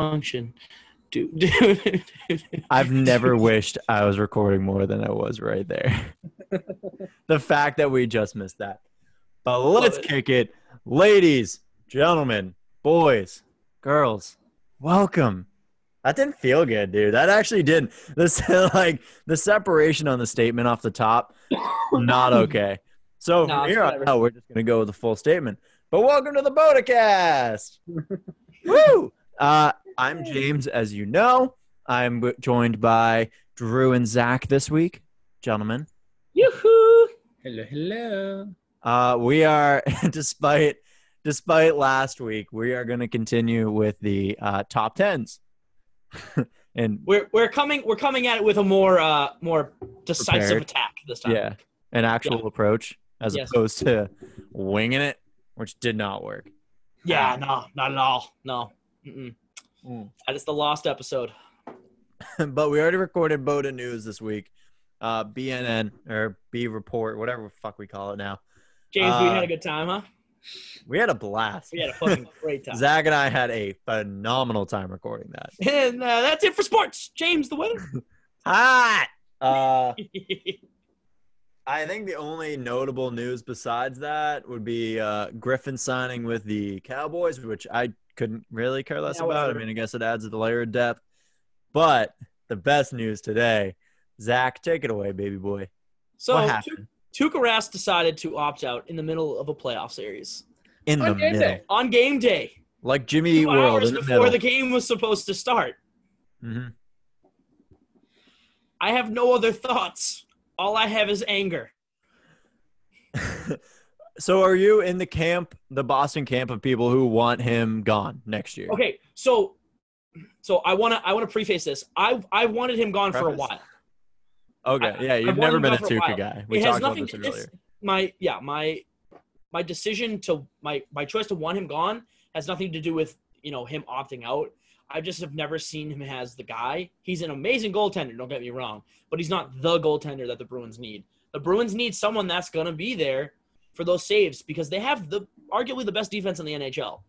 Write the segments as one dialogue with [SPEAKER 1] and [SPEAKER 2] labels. [SPEAKER 1] function. Dude, dude,
[SPEAKER 2] I've never wished I was recording more than I was right there. the fact that we just missed that. But let's
[SPEAKER 1] it.
[SPEAKER 2] kick it. Ladies, gentlemen, boys, girls, welcome. That didn't feel good, dude. That actually didn't. This like the separation on the statement off the top, not okay. So
[SPEAKER 1] No,
[SPEAKER 2] from
[SPEAKER 1] it's
[SPEAKER 2] here on
[SPEAKER 1] whatever.
[SPEAKER 2] out, we're just gonna go with the full statement. But welcome to the Bodacast. Woo! Uh, I'm James, as you know. I'm w- joined by Drew and Zach this week, gentlemen.
[SPEAKER 1] Yoo-hoo.
[SPEAKER 3] Hello, hello.
[SPEAKER 2] Uh, we are, despite despite last week, we are going to continue with the uh, top tens. and
[SPEAKER 1] We're we're coming we're coming at it with a more uh more decisive
[SPEAKER 2] Prepared.
[SPEAKER 1] attack this time.
[SPEAKER 2] yeah, an actual approach as
[SPEAKER 1] Yes.
[SPEAKER 2] opposed to winging it, which did not work.
[SPEAKER 1] Yeah, no, not at all. No. Mm-mm.
[SPEAKER 2] Mm.
[SPEAKER 1] That is the lost episode.
[SPEAKER 2] but we already recorded Boda News this week, uh, BNN or B Report, whatever the fuck we call it now.
[SPEAKER 1] James, we had
[SPEAKER 2] Uh,
[SPEAKER 1] a good time, huh?
[SPEAKER 2] We had a blast.
[SPEAKER 1] We had a fucking great time.
[SPEAKER 2] Zach and I had a phenomenal time recording that.
[SPEAKER 1] and uh, that's it for sports. James, the winner.
[SPEAKER 2] Hot. Uh, I think the only notable news besides that would be uh, Griffin signing with the Cowboys, which I couldn't really care less
[SPEAKER 1] Yeah,
[SPEAKER 2] about. I
[SPEAKER 1] whatever.
[SPEAKER 2] mean, I guess it adds to the layer of depth. But the best news today, Zach, take it away, baby boy. what
[SPEAKER 1] so
[SPEAKER 2] happened
[SPEAKER 1] Tuk- Tuukka Rask decided to opt out in the middle of a playoff series
[SPEAKER 2] in the
[SPEAKER 3] On game
[SPEAKER 2] middle?
[SPEAKER 3] day.
[SPEAKER 1] on game day,
[SPEAKER 2] Like Jimmy Eat
[SPEAKER 1] two
[SPEAKER 2] World
[SPEAKER 1] hours
[SPEAKER 2] in the
[SPEAKER 1] before
[SPEAKER 2] middle.
[SPEAKER 1] the game was supposed to start.
[SPEAKER 2] Mhm.
[SPEAKER 1] I have no other thoughts. All I have is anger.
[SPEAKER 2] Mm-hmm. So, are you in the camp, the Boston camp of people who want him gone next year?
[SPEAKER 1] Okay, so so I wanna I wanna preface this. I I wanted him gone for a
[SPEAKER 2] Preface?
[SPEAKER 1] while.
[SPEAKER 2] Okay,
[SPEAKER 1] I-
[SPEAKER 2] yeah,
[SPEAKER 1] I've
[SPEAKER 2] you've
[SPEAKER 1] wanted
[SPEAKER 2] never
[SPEAKER 1] him
[SPEAKER 2] been a
[SPEAKER 1] out for a
[SPEAKER 2] Tuca
[SPEAKER 1] while.
[SPEAKER 2] guy. We
[SPEAKER 1] it
[SPEAKER 2] talked
[SPEAKER 1] has
[SPEAKER 2] about
[SPEAKER 1] nothing
[SPEAKER 2] this
[SPEAKER 1] to
[SPEAKER 2] earlier.
[SPEAKER 1] this my yeah, my my decision to my my choice to want him gone has nothing to do with, you know, him opting out. I just have never seen him as the guy. He's an amazing goaltender, don't get me wrong, but he's not the goaltender that the Bruins need. The Bruins need someone that's going to be there for those saves because they have the arguably the best defense in the NHL.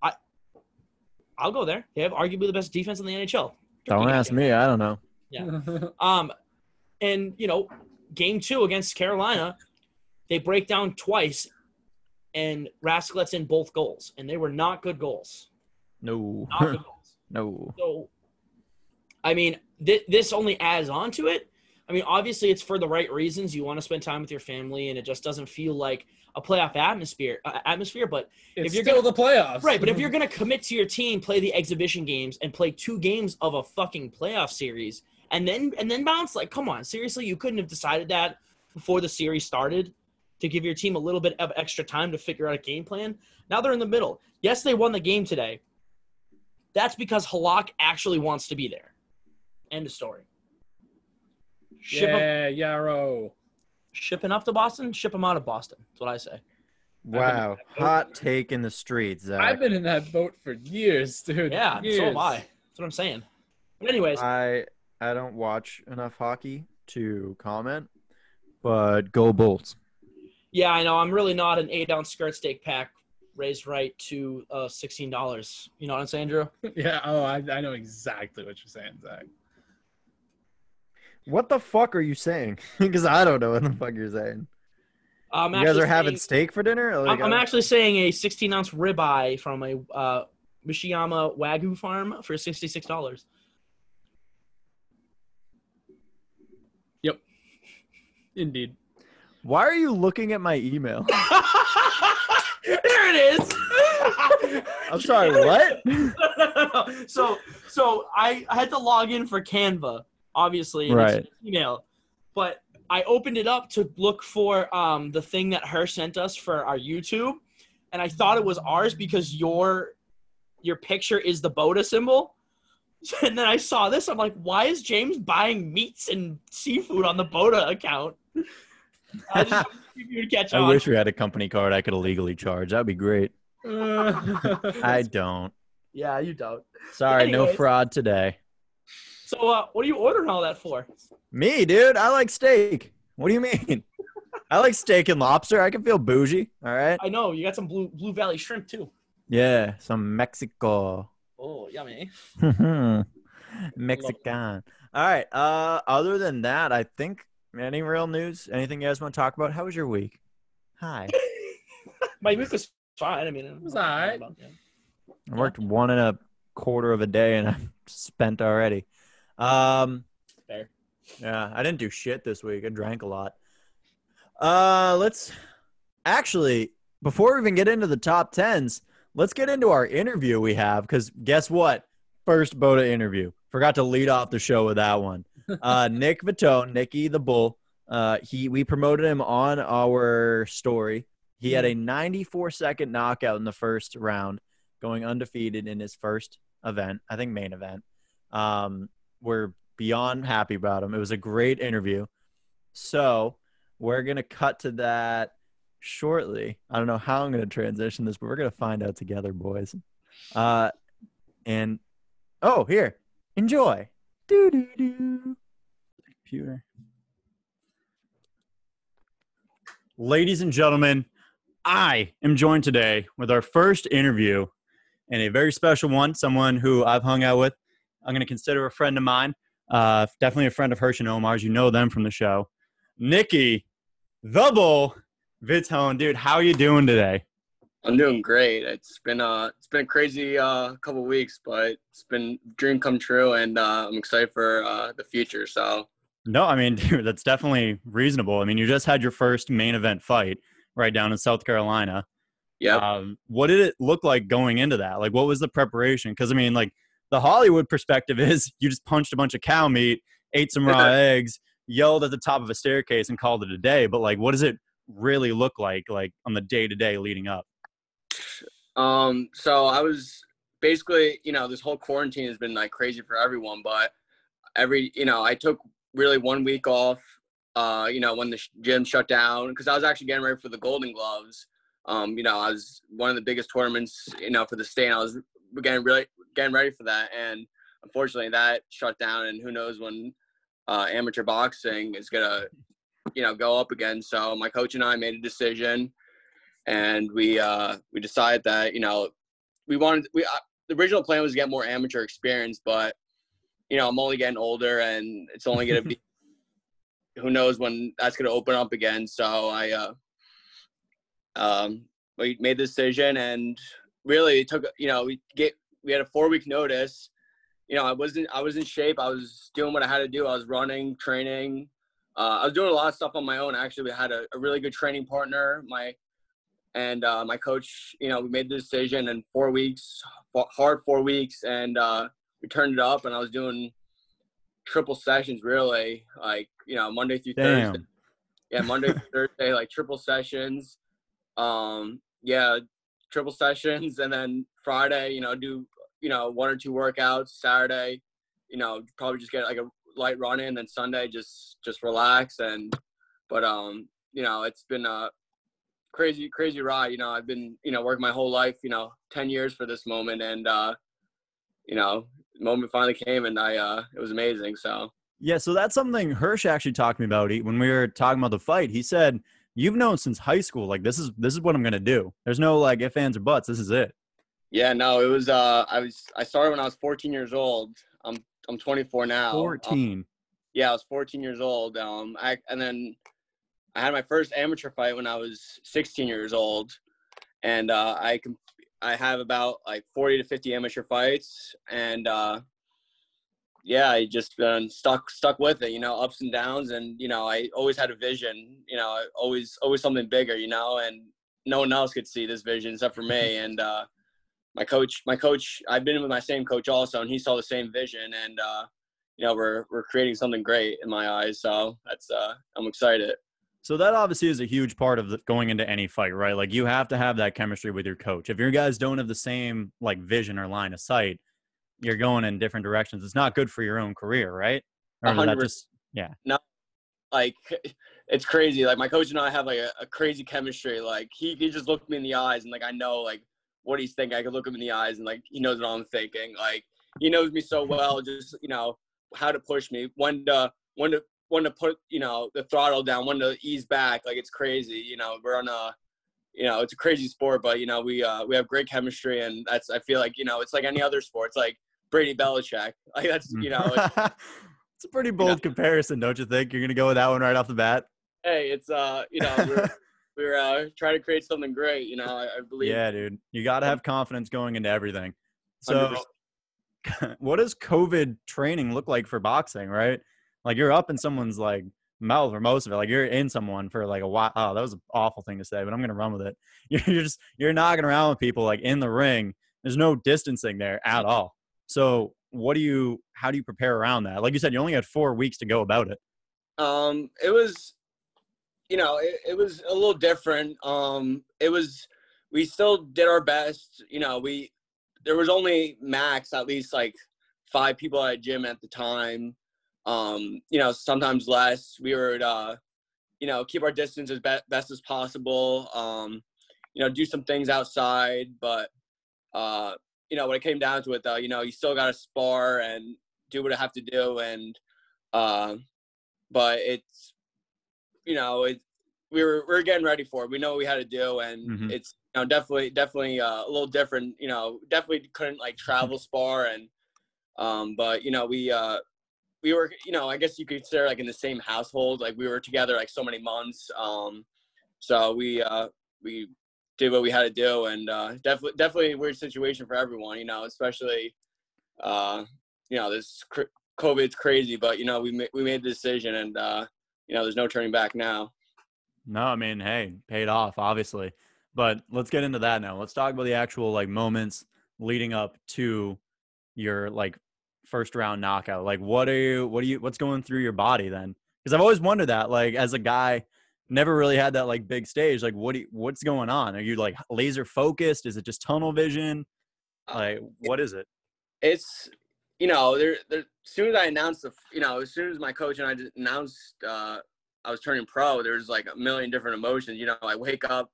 [SPEAKER 1] I I'll go there. They have arguably the best defense in the NHL.
[SPEAKER 2] Don't ask me. I don't know.
[SPEAKER 1] Um, and you know, game two against Carolina, they break down twice, and Rask lets in both goals, and they were not good goals.
[SPEAKER 2] No,
[SPEAKER 1] Not good goals.
[SPEAKER 2] no.
[SPEAKER 1] So, I mean, th- this only adds on to it. I mean, obviously, it's for the right reasons. You want to spend time with your family, and it just doesn't feel like a playoff atmosphere. Uh, atmosphere, but
[SPEAKER 3] It's
[SPEAKER 1] If you're
[SPEAKER 3] still the playoffs.
[SPEAKER 1] Right, but if you're going to commit to your team, play the exhibition games and play two games of a fucking playoff series and then and then bounce like come on, seriously, you couldn't have decided that before the series started to give your team a little bit of extra time to figure out a game plan. Now they're in the middle. Yes, they won the game today. That's because Halak actually wants to be there. End of story. Ship 'em-
[SPEAKER 3] yeah, Yarrow.
[SPEAKER 1] ship 'em up to Boston, ship him out of Boston. That's what I say.
[SPEAKER 2] Wow, hot take in the streets. Zach.
[SPEAKER 3] I've been in that boat for years, dude.
[SPEAKER 1] Yeah,
[SPEAKER 3] years.
[SPEAKER 1] so am I. That's what I'm saying. But anyways,
[SPEAKER 2] I I don't watch enough hockey to comment, but go Bolts.
[SPEAKER 1] Yeah, I know. I'm really not an eight ounce skirt steak pack raised right to uh, sixteen dollars. You know what I'm saying, Drew?
[SPEAKER 3] Yeah. Oh, I, I know exactly what you're saying, Zach.
[SPEAKER 2] What the fuck are you saying? Because I don't know what the fuck you're saying.
[SPEAKER 1] I'm
[SPEAKER 2] you guys
[SPEAKER 1] actually
[SPEAKER 2] are having
[SPEAKER 1] saying-
[SPEAKER 2] steak for dinner? Like, uh,
[SPEAKER 1] I'm, I'm
[SPEAKER 2] I-
[SPEAKER 1] actually saying a sixteen ounce ribeye from a uh, Mishiyama Wagyu farm for sixty six dollars.
[SPEAKER 3] Indeed.
[SPEAKER 2] Why are you looking at my email?
[SPEAKER 1] there it is.
[SPEAKER 2] I'm sorry. What?
[SPEAKER 1] no, no, no, no. So, so I, I had to log in for Canva, obviously, and it's
[SPEAKER 2] Right.
[SPEAKER 1] an email. But I opened it up to look for um, the thing that her sent us for our YouTube, and I thought it was ours because your your picture is the Boda symbol. And then I saw this. I'm like, why is James buying meats and seafood on the Boda account? I just wanted to see if you would catch
[SPEAKER 2] I
[SPEAKER 1] on.
[SPEAKER 2] wish we had a company card I could illegally charge. That'd be great.
[SPEAKER 3] Uh,
[SPEAKER 2] I don't.
[SPEAKER 1] yeah, you don't.
[SPEAKER 2] Sorry, no
[SPEAKER 1] Anyways.
[SPEAKER 2] fraud today.
[SPEAKER 1] So, uh, what are you ordering all that for?
[SPEAKER 2] Me, dude. I like steak. What do you mean? I like steak and lobster. I can feel bougie. All right.
[SPEAKER 1] I know you got some blue Blue Valley shrimp too.
[SPEAKER 2] Yeah, some Mexico.
[SPEAKER 1] Oh, yummy.
[SPEAKER 2] Mexican. All right. Uh, other than that, I think any real news? Anything you guys want to talk about? How was your week? Hi.
[SPEAKER 1] My week was fine. I mean, it
[SPEAKER 3] was alright.
[SPEAKER 2] I worked one and a quarter of a day and I'm spent already. Um,
[SPEAKER 1] Fair.
[SPEAKER 2] Yeah, I didn't do shit this week. I drank a lot. Uh, let's actually before we even get into the top tens, let's get into our interview we have because guess what? First Boda interview. Forgot to lead off the show with that one. Uh, Nick Vitone, Nicky the Bull. Uh, he we promoted him on our story. He had a 94 second knockout in the first round, going undefeated in his first event. I think main event. Um, we're beyond happy about him. It was a great interview. So we're gonna cut to that shortly. I don't know how I'm gonna transition this, but we're gonna find out together, boys. Uh, and oh, here, enjoy. Doo doo doo. Computer. Ladies and gentlemen, I am joined today with our first interview and a very special one, someone who I've hung out with. I'm going to consider a friend of mine, uh, definitely a friend of Hirsch and Omar's. You know them from the show. Nikki, the bull, Vitone. Dude, how are you doing today?
[SPEAKER 4] I'm doing great. It's been uh it's been a crazy uh couple weeks, but it's been dream come true and uh, I'm excited for uh the future. So
[SPEAKER 2] No, I mean, dude, that's definitely reasonable. I mean, you just had your first main event fight right down in South Carolina.
[SPEAKER 4] yeah.
[SPEAKER 2] Um, what did it look like going into that? Like, what was the preparation? Because I mean, like the Hollywood perspective is you just punched a bunch of cow meat, ate some raw eggs, yelled at the top of a staircase, and called it a day. But like, what does it really look like? Like on the day to day leading up?
[SPEAKER 4] Um, so I was basically, you know, this whole quarantine has been like crazy for everyone, but every, you know, I took really one week off, uh, you know, when the sh- gym shut down because I was actually getting ready for the Golden Gloves. Um, you know, I was one of the biggest tournaments, you know, for the state. And I was getting really getting ready for that, and unfortunately, that shut down. And who knows when uh, amateur boxing is gonna, you know, go up again. So my coach and I made a decision and we uh we decided that you know we wanted we uh, the original plan was to get more amateur experience but you know i'm only getting older and it's only going to be who knows when that's going to open up again so i uh um we made the decision and really it took you know we get we had a four week notice you know i wasn't i was in shape i was doing what i had to do i was running training uh, i was doing a lot of stuff on my own actually we had a, a really good training partner my and uh, my coach, you know, we made the decision in four weeks, fa- hard four weeks, and uh, we turned it up. And I was doing triple sessions, really, like you know, Monday through
[SPEAKER 2] Damn.
[SPEAKER 4] Thursday. Yeah, Monday through Thursday, like triple sessions. Um, yeah, triple sessions, and then Friday, you know, do you know one or two workouts. Saturday, you know, probably just get like a light run in, then Sunday just just relax and. But um, you know, it's been a crazy crazy ride you know i've been you know working my whole life you know 10 years for this moment and uh you know the moment finally came and i uh it was amazing so
[SPEAKER 2] Yeah, so that's something Hirsch actually talked to me about He- when we were talking about the fight. He said, "You've known since high school. Like this is this is what I'm gonna do. There's no like if ands or buts. This is it."
[SPEAKER 4] yeah no it was uh i was i started when i was 14 years old i'm i'm 24 now Um,
[SPEAKER 2] Fourteen.
[SPEAKER 4] yeah i was 14 years old um I, and then i had my first amateur fight when i was 16 years old and uh i com- i have about like 40 to 50 amateur fights and uh yeah i just been stuck stuck with it you know ups and downs and you know i always had a vision you know I always always something bigger you know and no one else could see this vision except for me and uh my coach my coach i've been with my same coach also and he saw the same vision and uh you know we're we're creating something great in my eyes so that's uh i'm excited
[SPEAKER 2] So that obviously is a huge part of the, going into any fight, right? Like you have to have that chemistry with your coach. If your guys don't have the same like vision or line of sight, you're going in different directions. It's not good for your own career, right? Or
[SPEAKER 4] A
[SPEAKER 2] is
[SPEAKER 4] hundred
[SPEAKER 2] that
[SPEAKER 4] percent.
[SPEAKER 2] just
[SPEAKER 4] like it's crazy like my coach and i have like a, a crazy chemistry like he, he just looked me in the eyes and like i know like what he's thinking i could look him in the eyes and like he knows what i'm thinking like he knows me so well just you know how to push me when to when to when to put you know the throttle down when to ease back like it's crazy you know we're on a you know it's a crazy sport, but you know we uh, we have great chemistry, and that's I feel like you know it's like any other sport. It's like Brady Belichick. Like that's you know it's,
[SPEAKER 2] mm. it's a pretty bold comparison, don't you think? You're gonna go with that one right off the bat.
[SPEAKER 4] hey, it's uh you know we're, we're uh, trying to create something great. You know I, I believe.
[SPEAKER 2] Yeah, dude. You got to have confidence going into everything. So, what does COVID training look like for boxing, right? Like, you're up in someone's like mouth or most of it. Like, you're in someone for like a while. Oh, that was an awful thing to say, but I'm going to run with it. You're, you're just, you're knocking around with people like in the ring. There's no distancing there at all. So, what do you, how do you prepare around that? Like you said, you only had four weeks to go about it.
[SPEAKER 4] um it was you know it, it was a little different um it was we still did our best you know we there was only max at least like five people at a gym at the time um you know sometimes less we would uh you know keep our distance as be- best as possible um you know do some things outside but uh you know when it came down to it though you know you still got to spar and do what i have to do and uh but it's you know it we were we are getting ready for it. We know what we had to do, and
[SPEAKER 2] Mhm.
[SPEAKER 4] it's you know definitely definitely uh, a little different. You know, definitely couldn't like travel spar and um, but you know we uh we were you know I guess you could consider like in the same household. Like we were together like so many months. Um, so we uh we did what we had to do, and uh, definitely definitely a weird situation for everyone. You know, especially uh you know this cr- COVID's crazy, but you know we ma- we made the decision, and uh you know there's no turning back now.
[SPEAKER 2] No, I mean, hey, paid off, obviously. But let's get into that now. Let's talk about the actual like moments leading up to your like first round knockout. Like what are you what are you what's going through your body then? Because I've always wondered that, like as a guy, never really had that like big stage. Like what do you, what's going on? Are you like laser focused? Is it just tunnel vision? Like what is it?
[SPEAKER 4] it's you know there there soon as i announced the you know as soon as my coach and i just announced uh i was turning pro there's like a million different emotions you know i wake up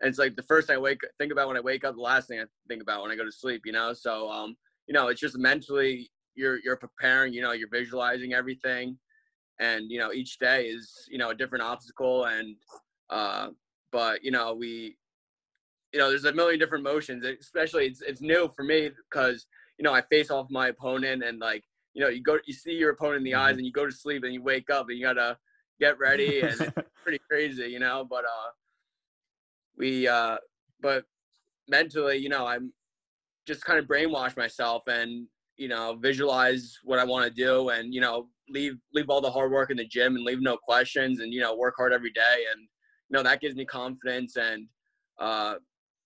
[SPEAKER 4] and it's like the first i wake think about when i wake up the last thing i think about when i go to sleep you know so um you know it's just mentally you're you're preparing you know you're visualizing everything and you know each day is you know a different obstacle and uh but you know we you know there's a million different motions especially it's it's new for me because you know, I face off my opponent and like, you know, you go, you see your opponent in the eyes and you go to sleep and you wake up and you gotta get ready and it's pretty crazy, you know, but, uh, we, uh, but mentally, you know, I'm just kind of brainwash myself and, you know, visualize what I want to do and, you know, leave, leave all the hard work in the gym and leave no questions and, you know, work hard every day. And, you know, that gives me confidence and, uh,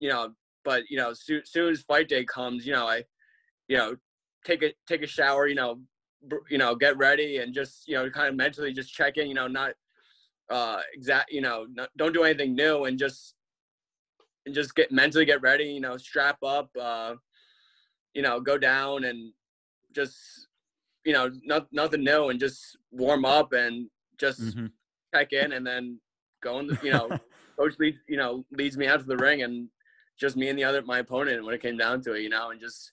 [SPEAKER 4] you know, but, you know, soon, soon as fight day comes, you know, I, you know, take a take a shower, you know, br- you know, get ready and just you know, kind of mentally just check in, you know, not uh exact, you know, not, don't do anything new and just and just get mentally get ready, you know, strap up, uh, you know, go down and just you know, not, nothing new and just warm up and just
[SPEAKER 2] Mhm.
[SPEAKER 4] check in and then go in the, you know, coach leads you know leads me out to the ring and just me and the other my opponent when it came down to it you know and just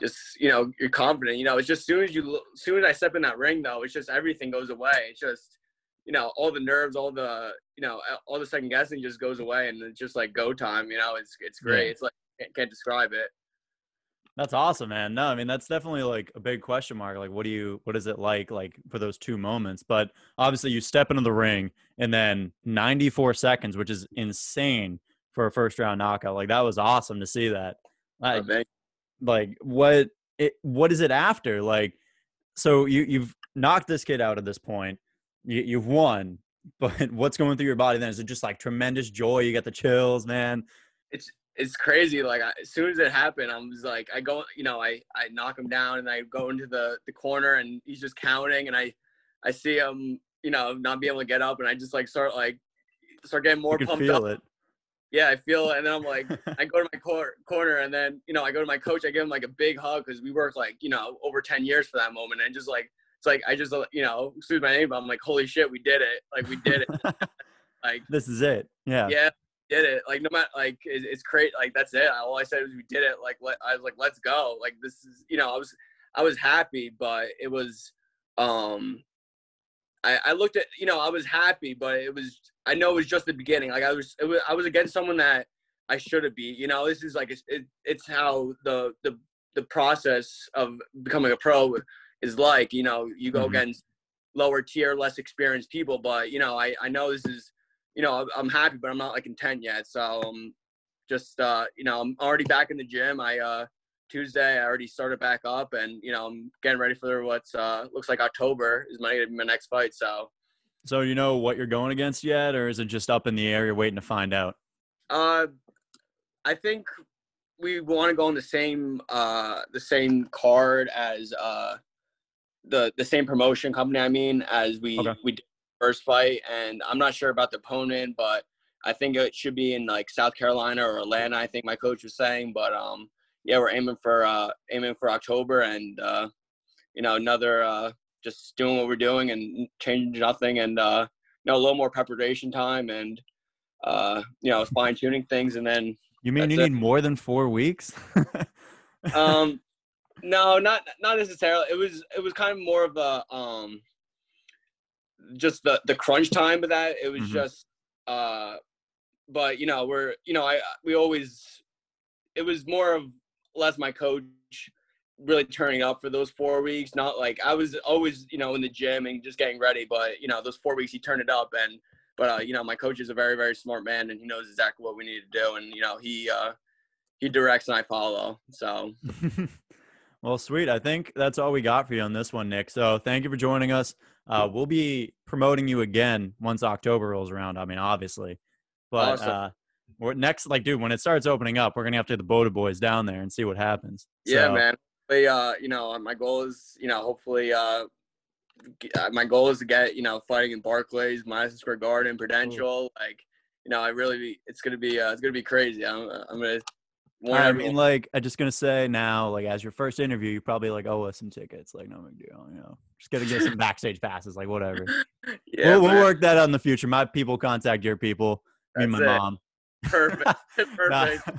[SPEAKER 4] just you know you're confident you know it's just soon as you lo- soon as i step in that ring though it's just everything goes away it's just you know all the nerves all the you know all the second guessing just goes away and it's just like go time you know it's it's great
[SPEAKER 2] Yeah.
[SPEAKER 4] it's like can't, can't describe it
[SPEAKER 2] That's awesome, man. No, I mean that's definitely like a big question mark. Like, what do you, what is it like, like for those two moments? But obviously, you step into the ring and then 94 seconds, which is insane for a first round knockout. Like that was awesome to see that. Like,
[SPEAKER 4] But, man,
[SPEAKER 2] like what it, what is it after like so you you've knocked this kid out at this point you, you've won but what's going through your body then is it just like tremendous joy you get the chills man
[SPEAKER 4] it's crazy like I, as soon as it happened i was like i go you know i i knock him down and i go into the the corner and he's just counting and i i see him you know not be able to get up and i just like start like start getting more
[SPEAKER 2] you can
[SPEAKER 4] pumped up
[SPEAKER 2] feel it
[SPEAKER 4] yeah i feel it and then i'm like i go to my cor- corner and then you know i go to my coach i give him like a big hug because we worked like you know over 10 years for that moment and just like it's like i just uh, you know excuse my name but i'm like holy shit we did it like we did it like
[SPEAKER 2] this is it yeah
[SPEAKER 4] yeah, did it. Like no matter like it, it's great. Like that's it. All I said was we did it. Like let, I was like let's go. Like this is you know I was I was happy, but it was um I, I looked at you know I was happy, but it was I know it was just the beginning. Like I was, it was I was against someone that I should have beat. You know, this is like it's, it, it's how the the the process of becoming a pro is like. You know, you go
[SPEAKER 2] Mhm.
[SPEAKER 4] against lower tier, less experienced people, but you know I I know this is you know I'm- I'm happy, but I'm not like content yet. So um, just uh you know I'm already back in the gym. I uh Tuesday I already started back up, and you know I'm getting ready for what's uh looks like October is my my next fight. So.
[SPEAKER 2] So you know what you're going against yet, or is it just up in the air? You're waiting to find out.
[SPEAKER 4] Uh, I think we want to go on the same uh the same card as uh the the same promotion company. I mean, as we
[SPEAKER 2] Okay.
[SPEAKER 4] we did the first fight, and I'm not sure about the opponent, but I think it should be in like South Carolina or Atlanta. I think my coach was saying, but um, yeah, we're aiming for uh aiming for October, and uh, you know another uh just doing what we're doing and changing nothing, and uh, you know a little more preparation time and uh, you know, fine tuning things. And then,
[SPEAKER 2] You mean
[SPEAKER 4] That's
[SPEAKER 2] you
[SPEAKER 4] it.
[SPEAKER 2] need more than four weeks?
[SPEAKER 4] um, no, not, not necessarily. It was, it was kind of more of a, um, just the, the crunch time of that. It was
[SPEAKER 2] Mhm.
[SPEAKER 4] just, uh, but you know, we're, you know, I, we always, it was more of less my coach really turning up for those four weeks. Not like I was always, you know, in the gym and just getting ready, but you know, those four weeks he turned it up and, but uh, you know, my coach is a very, very smart man and he knows exactly what we need to do. And, you know, he, uh, he directs and I follow. So
[SPEAKER 2] well, sweet. I think that's all we got for you on this one, Nick. So thank you for joining us. Uh, we'll be promoting you again once October rolls around. I mean, obviously, but
[SPEAKER 4] Awesome.
[SPEAKER 2] uh, we're next, like, dude, when it starts opening up, we're gonna have to get the Boda boys down there and see what happens.
[SPEAKER 4] yeah,
[SPEAKER 2] So-
[SPEAKER 4] man. But, uh, you know, my goal is, you know, hopefully, uh, g- uh, my goal is to get, you know, fighting in Barclays, Madison Square Garden, Prudential. Like, you know, I really, be, it's gonna be, uh, it's gonna be crazy. I'm, I'm gonna. warn
[SPEAKER 2] I
[SPEAKER 4] everyone.
[SPEAKER 2] mean, like, I'm just gonna say now, like, as your first interview, you probably like owe us some tickets. Like, no big deal, you know. Just gonna get some backstage passes, like, whatever.
[SPEAKER 4] yeah,
[SPEAKER 2] we'll, we'll
[SPEAKER 4] man.
[SPEAKER 2] work that out in the future. My people contact your people. Me and my
[SPEAKER 4] That's it.
[SPEAKER 2] mom.
[SPEAKER 4] Perfect.
[SPEAKER 2] Nah.
[SPEAKER 4] Perfect.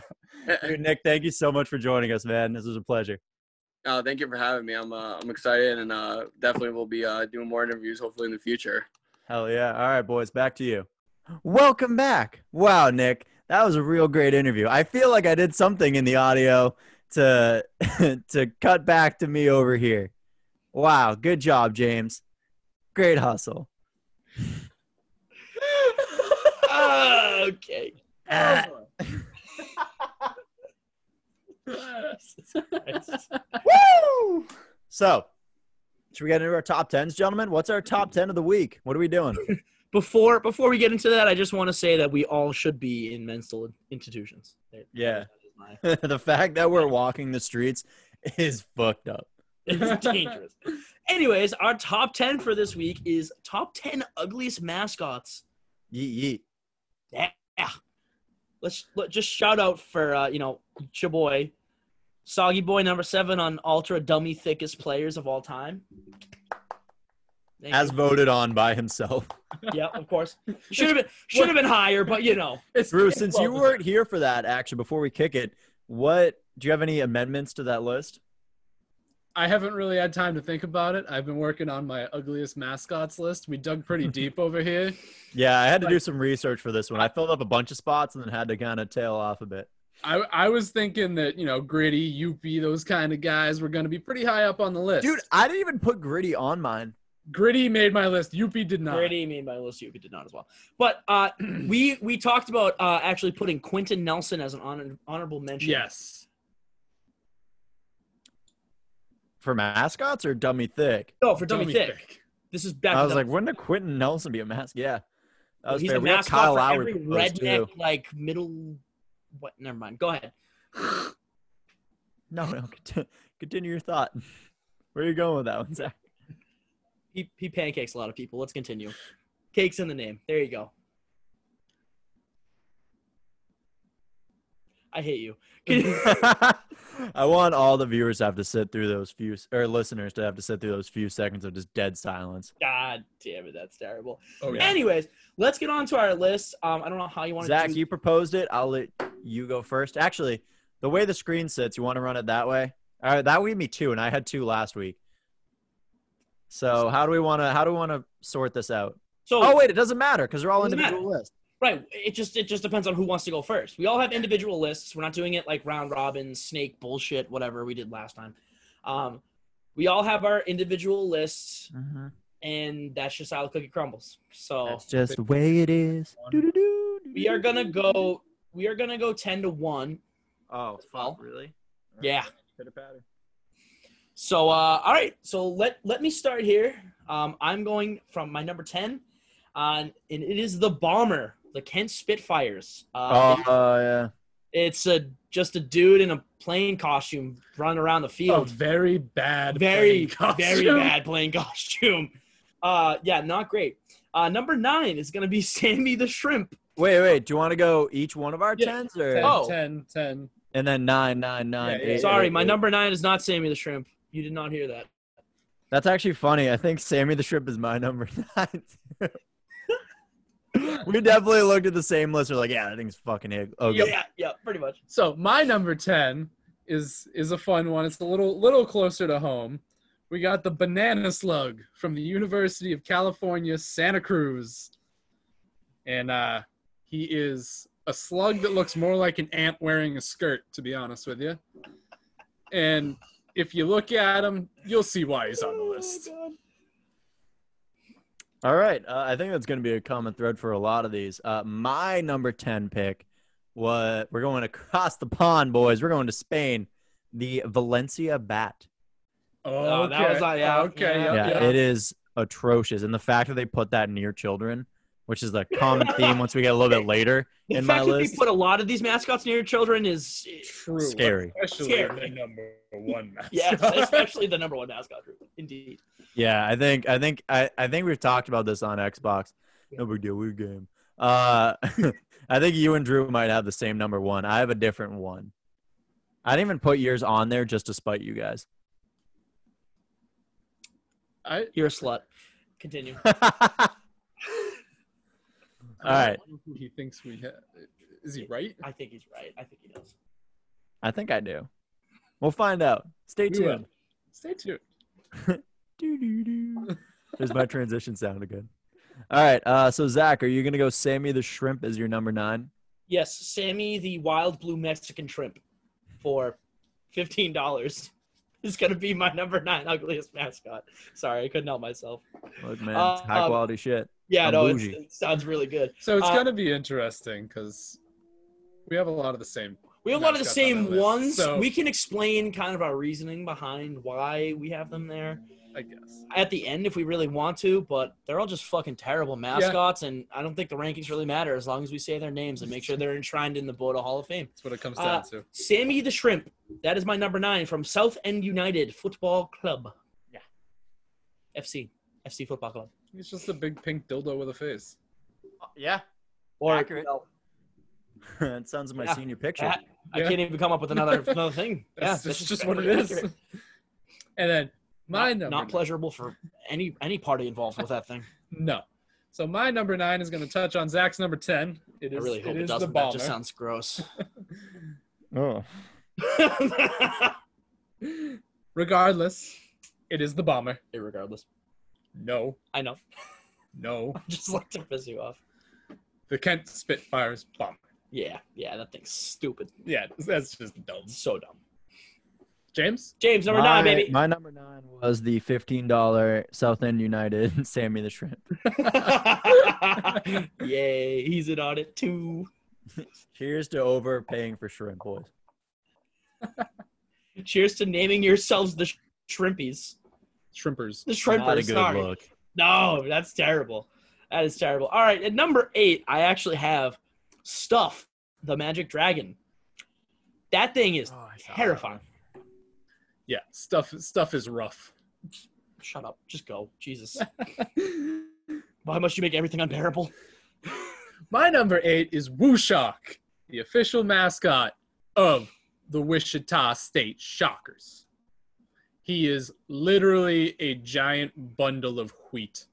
[SPEAKER 2] Dude, Nick, thank you so much for joining us, man. This was a pleasure.
[SPEAKER 4] Uh, thank you for having me. I'm uh, I'm excited and uh, definitely will be uh, doing more interviews hopefully in the future.
[SPEAKER 2] Hell yeah. All right, boys, back to you. Welcome back. Wow, Nick, that was a real great interview. I feel like I did something in the audio to to cut back to me over here. Wow, good job, James. Great hustle.
[SPEAKER 1] Ah, okay.
[SPEAKER 2] Ah, woo! So, should we get into our top tens, gentlemen? What's our top ten of the week? What are we doing?
[SPEAKER 1] Before before we get into that, I just want to say that we all should be in mental institutions. There-
[SPEAKER 2] Yeah.
[SPEAKER 1] that is my-
[SPEAKER 2] the fact that we're walking the streets is fucked up.
[SPEAKER 1] It's dangerous. Anyways, our top 10 for this week is top 10 ugliest mascots.
[SPEAKER 2] Yeet yeet.
[SPEAKER 1] Let's let, just shout out for, uh, you know, it's your boy, Soggy Boy number seven on Ultra Dummy Thickest Players of All Time. Thank
[SPEAKER 2] As
[SPEAKER 1] you.
[SPEAKER 2] voted on by himself.
[SPEAKER 1] yeah, of course. Should have been should have been higher, but you know.
[SPEAKER 3] It's-
[SPEAKER 2] Drew,
[SPEAKER 3] it's
[SPEAKER 2] since
[SPEAKER 3] well
[SPEAKER 2] you
[SPEAKER 3] deserved.
[SPEAKER 2] weren't here for that action before we kick it, what do you have any amendments to that list?
[SPEAKER 3] I haven't really had time to think about it. I've been working on my ugliest mascots list. We dug pretty deep over here.
[SPEAKER 2] Yeah, I had to do some research for this one. I filled up a bunch of spots and then had to kind of tail off a bit.
[SPEAKER 3] I I was thinking that you know gritty, Yuppie, those kind of guys were going to be pretty high up on the list.
[SPEAKER 2] Dude, I didn't even put gritty on mine.
[SPEAKER 3] gritty made my list. Yuppie did not.
[SPEAKER 1] Brady, me and my list, you did not as well. But uh, we we talked about uh, actually putting Quentin Nelson as an honor, honorable mention.
[SPEAKER 3] Yes.
[SPEAKER 2] For mascots or dummy thick?
[SPEAKER 1] No, for Dummy, Thick.
[SPEAKER 3] pick.
[SPEAKER 1] This is back.
[SPEAKER 2] I
[SPEAKER 1] to
[SPEAKER 2] was
[SPEAKER 1] Dummy
[SPEAKER 2] like, wouldn't a Quentin Nelson be a mask? Yeah. That was
[SPEAKER 1] He's
[SPEAKER 2] fair.
[SPEAKER 1] the
[SPEAKER 2] We got
[SPEAKER 1] mascot
[SPEAKER 2] Kyle
[SPEAKER 1] for
[SPEAKER 2] Lowry
[SPEAKER 1] every
[SPEAKER 2] proposed,
[SPEAKER 1] redneck,
[SPEAKER 2] too.
[SPEAKER 1] like middle. What? Never mind. Go ahead.
[SPEAKER 2] No, no, conti- continue your thought. Where are you going with that one, Zach?
[SPEAKER 1] He he pancakes a lot of people. Let's continue. Cakes in the name. There you go. I hate you.
[SPEAKER 2] I want all the viewers to have to sit through those few s- or listeners to have to sit through those few seconds of just dead silence.
[SPEAKER 1] God damn it, that's terrible.
[SPEAKER 3] Oh yeah.
[SPEAKER 1] Anyways, let's get on to our list. Um, I don't know how you want
[SPEAKER 2] Zach,
[SPEAKER 1] to.
[SPEAKER 2] you proposed it. I'll let you go first. Actually, the way the screen sits, you want to run it that way? All right, that would be me too, and I had two last week. So how do we want to how do we want to sort this out?
[SPEAKER 1] So
[SPEAKER 2] Oh wait, it doesn't matter because we're all
[SPEAKER 1] Doesn't
[SPEAKER 2] individual lists.
[SPEAKER 1] right, it just it just depends on who wants to go first. We all have individual lists. We're not doing it like round robin, snake bullshit, whatever we did last time. Um, we all have our individual lists,
[SPEAKER 2] Mhm.
[SPEAKER 1] and that's just how the cookie crumbles. So
[SPEAKER 2] That's just the way it is. Doo-doo-doo,
[SPEAKER 1] we are gonna go. We are gonna go ten to one.
[SPEAKER 2] Oh,
[SPEAKER 1] Well,
[SPEAKER 2] really?
[SPEAKER 1] Yeah.
[SPEAKER 2] Pitter patter.
[SPEAKER 1] So uh, all right, so let let me start here. Um, I'm going from my number ten, on, and it is the bomber, the Kent Spitfires. Uh,
[SPEAKER 2] Oh yeah.
[SPEAKER 1] It's a just a dude in a plane costume running around the
[SPEAKER 3] A
[SPEAKER 1] field.
[SPEAKER 3] very bad,
[SPEAKER 1] very
[SPEAKER 3] playing costume.
[SPEAKER 1] very bad plane costume. Uh, yeah, not great. Uh, number nine is gonna be Sammy the Shrimp.
[SPEAKER 2] Wait, wait. Do you want to go each one of our
[SPEAKER 3] Yeah.
[SPEAKER 2] tens or
[SPEAKER 3] 10,
[SPEAKER 1] Oh.
[SPEAKER 3] 10, 10.
[SPEAKER 2] and then nine, nine, nine?
[SPEAKER 3] Yeah, yeah,
[SPEAKER 2] eight,
[SPEAKER 1] Sorry,
[SPEAKER 2] eight,
[SPEAKER 1] my
[SPEAKER 2] eight.
[SPEAKER 1] number nine is not Sammy the Shrimp. You did not hear that.
[SPEAKER 2] That's actually funny. I think Sammy the Shrimp is my number nine. too. we definitely looked at the same list. We're like, yeah, that thing's fucking ug- ugly.
[SPEAKER 1] Yeah, yeah, pretty much.
[SPEAKER 3] So my number ten is is a fun one. It's a little little closer to home. We got the banana slug from the University of California, Santa Cruz, and uh, he is a slug that looks more like an ant wearing a skirt. To be honest with you, and if you look at him, you'll see why he's on the
[SPEAKER 1] Oh my
[SPEAKER 3] list.
[SPEAKER 1] God.
[SPEAKER 2] All right. Uh, I think that's going to be a common thread for a lot of these. Uh, my number 10 pick was we're going across the pond, boys. We're going to Spain. The Valencia bat.
[SPEAKER 1] Oh, that was-
[SPEAKER 3] Okay.
[SPEAKER 1] yeah,
[SPEAKER 3] Okay.
[SPEAKER 1] yeah.
[SPEAKER 2] Yeah,
[SPEAKER 3] yep, yep.
[SPEAKER 2] it is atrocious. And the fact that they put that near children, which is a common theme once we get a little bit later
[SPEAKER 1] The
[SPEAKER 2] in my
[SPEAKER 1] fact that
[SPEAKER 2] list,
[SPEAKER 1] they put a lot of these mascots near children is
[SPEAKER 3] True.
[SPEAKER 2] scary.
[SPEAKER 3] Especially
[SPEAKER 1] Scary.
[SPEAKER 3] the number one match.
[SPEAKER 1] Yes, especially the number one mascot group. Indeed.
[SPEAKER 2] Yeah, I think I think I, I think we've talked about this on Xbox. No big deal, we game. Uh, I think you and Drew might have the same number one. I have a different one. I didn't even put yours on there just to spite you guys.
[SPEAKER 3] I,
[SPEAKER 1] You're a slut. Continue.
[SPEAKER 2] All
[SPEAKER 3] I don't
[SPEAKER 2] right,
[SPEAKER 3] know who He thinks we ha Is he right?
[SPEAKER 1] I think he's right. I think he does.
[SPEAKER 2] I think I do. We'll find out. Stay
[SPEAKER 3] We will.
[SPEAKER 2] tuned.
[SPEAKER 3] Stay tuned.
[SPEAKER 2] Doo-doo-doo. There's my transition sound again. All right, uh, so Zach, are you gonna go Sammy the Shrimp as your number nine?
[SPEAKER 1] Yes, Sammy the wild blue Mexican shrimp for fifteen dollars is gonna be my number nine ugliest mascot. Sorry, I couldn't help myself.
[SPEAKER 2] Look, man,
[SPEAKER 1] Uh,
[SPEAKER 2] it's high
[SPEAKER 1] um,
[SPEAKER 2] quality shit.
[SPEAKER 1] Yeah,
[SPEAKER 2] I'm
[SPEAKER 1] no, it's,
[SPEAKER 2] bougie.
[SPEAKER 1] it sounds really good.
[SPEAKER 3] So it's
[SPEAKER 1] Uh,
[SPEAKER 3] going to be interesting because we have a lot of the same.
[SPEAKER 1] We have a lot of the
[SPEAKER 3] Mascots on
[SPEAKER 1] same
[SPEAKER 3] that list,
[SPEAKER 1] ones.
[SPEAKER 3] so-
[SPEAKER 1] We can explain kind of our reasoning behind why we have them there.
[SPEAKER 3] I guess.
[SPEAKER 1] at the end if we really want to, but they're all just fucking terrible mascots, and I don't think the rankings really matter as long as we say their names and make sure they're enshrined in the Boda Hall of Fame.
[SPEAKER 3] That's what it comes
[SPEAKER 1] Uh,
[SPEAKER 3] down to.
[SPEAKER 1] Sammy the Shrimp, that is my number nine from South End United Football Club.
[SPEAKER 3] Yeah.
[SPEAKER 1] FC. FC Football Club.
[SPEAKER 3] He's just a big pink dildo with a face.
[SPEAKER 2] Yeah,
[SPEAKER 1] Or
[SPEAKER 2] Accurate.
[SPEAKER 1] you know,
[SPEAKER 2] that sounds like my
[SPEAKER 1] Yeah.
[SPEAKER 2] senior picture.
[SPEAKER 1] That- I
[SPEAKER 3] Yeah.
[SPEAKER 1] can't even come up with another another thing.
[SPEAKER 3] That's
[SPEAKER 1] yeah,
[SPEAKER 3] just, just what it is.
[SPEAKER 1] accurate.
[SPEAKER 3] And then my
[SPEAKER 1] not,
[SPEAKER 3] number
[SPEAKER 1] not
[SPEAKER 3] nine-
[SPEAKER 1] pleasurable for any any party involved with that thing.
[SPEAKER 3] No. So my number nine is going to touch on Zach's number ten. It
[SPEAKER 1] I
[SPEAKER 3] is,
[SPEAKER 1] really hope
[SPEAKER 3] it
[SPEAKER 1] it,
[SPEAKER 3] is the
[SPEAKER 1] doesn't. That
[SPEAKER 3] bomber.
[SPEAKER 1] just sounds gross.
[SPEAKER 2] Oh,
[SPEAKER 3] Regardless, it is the bomber.
[SPEAKER 1] Irregardless,
[SPEAKER 3] No,
[SPEAKER 1] I know.
[SPEAKER 3] no,
[SPEAKER 1] Just like to piss you off.
[SPEAKER 3] the Kent Spitfires bomber.
[SPEAKER 1] Yeah, yeah, that thing's stupid.
[SPEAKER 3] Yeah, that's just dumb.
[SPEAKER 1] It's so dumb.
[SPEAKER 3] James.
[SPEAKER 1] James, number
[SPEAKER 2] my,
[SPEAKER 1] nine, baby.
[SPEAKER 2] My number nine was the fifteen dollar South End United Sammy the Shrimp.
[SPEAKER 1] Yay, he's in on it too.
[SPEAKER 2] Cheers to overpaying for shrimp, boys.
[SPEAKER 1] Cheers to naming yourselves the sh- Shrimpies.
[SPEAKER 3] Shrimpers.
[SPEAKER 1] The Shrimpers,
[SPEAKER 2] Not a good
[SPEAKER 1] sorry.
[SPEAKER 2] look.
[SPEAKER 1] No, that's terrible. That is terrible. All right, at number eight, I actually have Stuff, the Magic Dragon. Oh, That thing
[SPEAKER 3] Oh,
[SPEAKER 1] is terrifying.
[SPEAKER 3] Yeah, stuff stuff is rough.
[SPEAKER 1] Shut up. Just go. Jesus. Why must you make everything unbearable?
[SPEAKER 3] My number eight is Wooshock, the official mascot of the Wichita State Shockers. He is literally a giant bundle of wheat.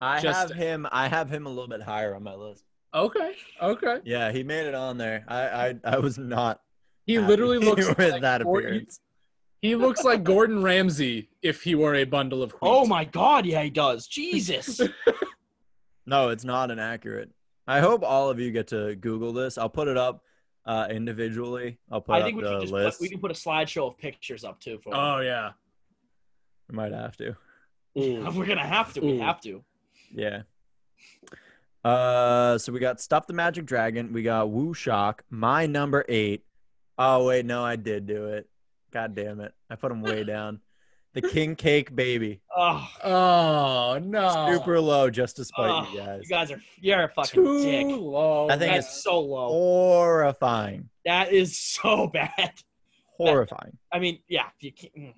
[SPEAKER 2] I
[SPEAKER 3] Just-
[SPEAKER 2] have him. I have him a little bit higher on my list.
[SPEAKER 3] Okay, okay.
[SPEAKER 2] Yeah, he made it on there. I I, I was not.
[SPEAKER 3] He
[SPEAKER 2] happy
[SPEAKER 3] literally looks
[SPEAKER 2] with
[SPEAKER 3] like
[SPEAKER 2] that
[SPEAKER 3] 40
[SPEAKER 2] appearance.
[SPEAKER 3] He looks like Gordon Ramsay if he were a bundle of wheat.
[SPEAKER 1] Oh my god, yeah, he does. Jesus.
[SPEAKER 2] No, it's not inaccurate. I hope all of you get to Google this. I'll put it up uh, individually. I'll put
[SPEAKER 1] I
[SPEAKER 2] up
[SPEAKER 1] think we
[SPEAKER 2] the
[SPEAKER 1] should just put,
[SPEAKER 2] list.
[SPEAKER 1] we can put a slideshow of pictures up too for
[SPEAKER 3] Oh yeah.
[SPEAKER 2] We might have to.
[SPEAKER 1] him. We're gonna have to. We
[SPEAKER 3] Ooh.
[SPEAKER 1] have to.
[SPEAKER 2] Yeah. Uh, so we got Stop the Magic Dragon. We got Woo Shock. My number eight. Oh wait, no, I did do it. God damn it! I put him way down. The King Cake Baby,
[SPEAKER 1] Oh,
[SPEAKER 3] Oh no.
[SPEAKER 2] super low, just to spite you
[SPEAKER 1] oh,
[SPEAKER 2] guys.
[SPEAKER 1] you guys are you're a fucking
[SPEAKER 3] Too
[SPEAKER 1] dick.
[SPEAKER 3] low.
[SPEAKER 2] I think
[SPEAKER 1] That's
[SPEAKER 2] it's-
[SPEAKER 1] so low.
[SPEAKER 2] Horrifying,
[SPEAKER 1] That is so bad.
[SPEAKER 2] horrifying.
[SPEAKER 1] I mean, yeah, you can't. mm.
[SPEAKER 2] It's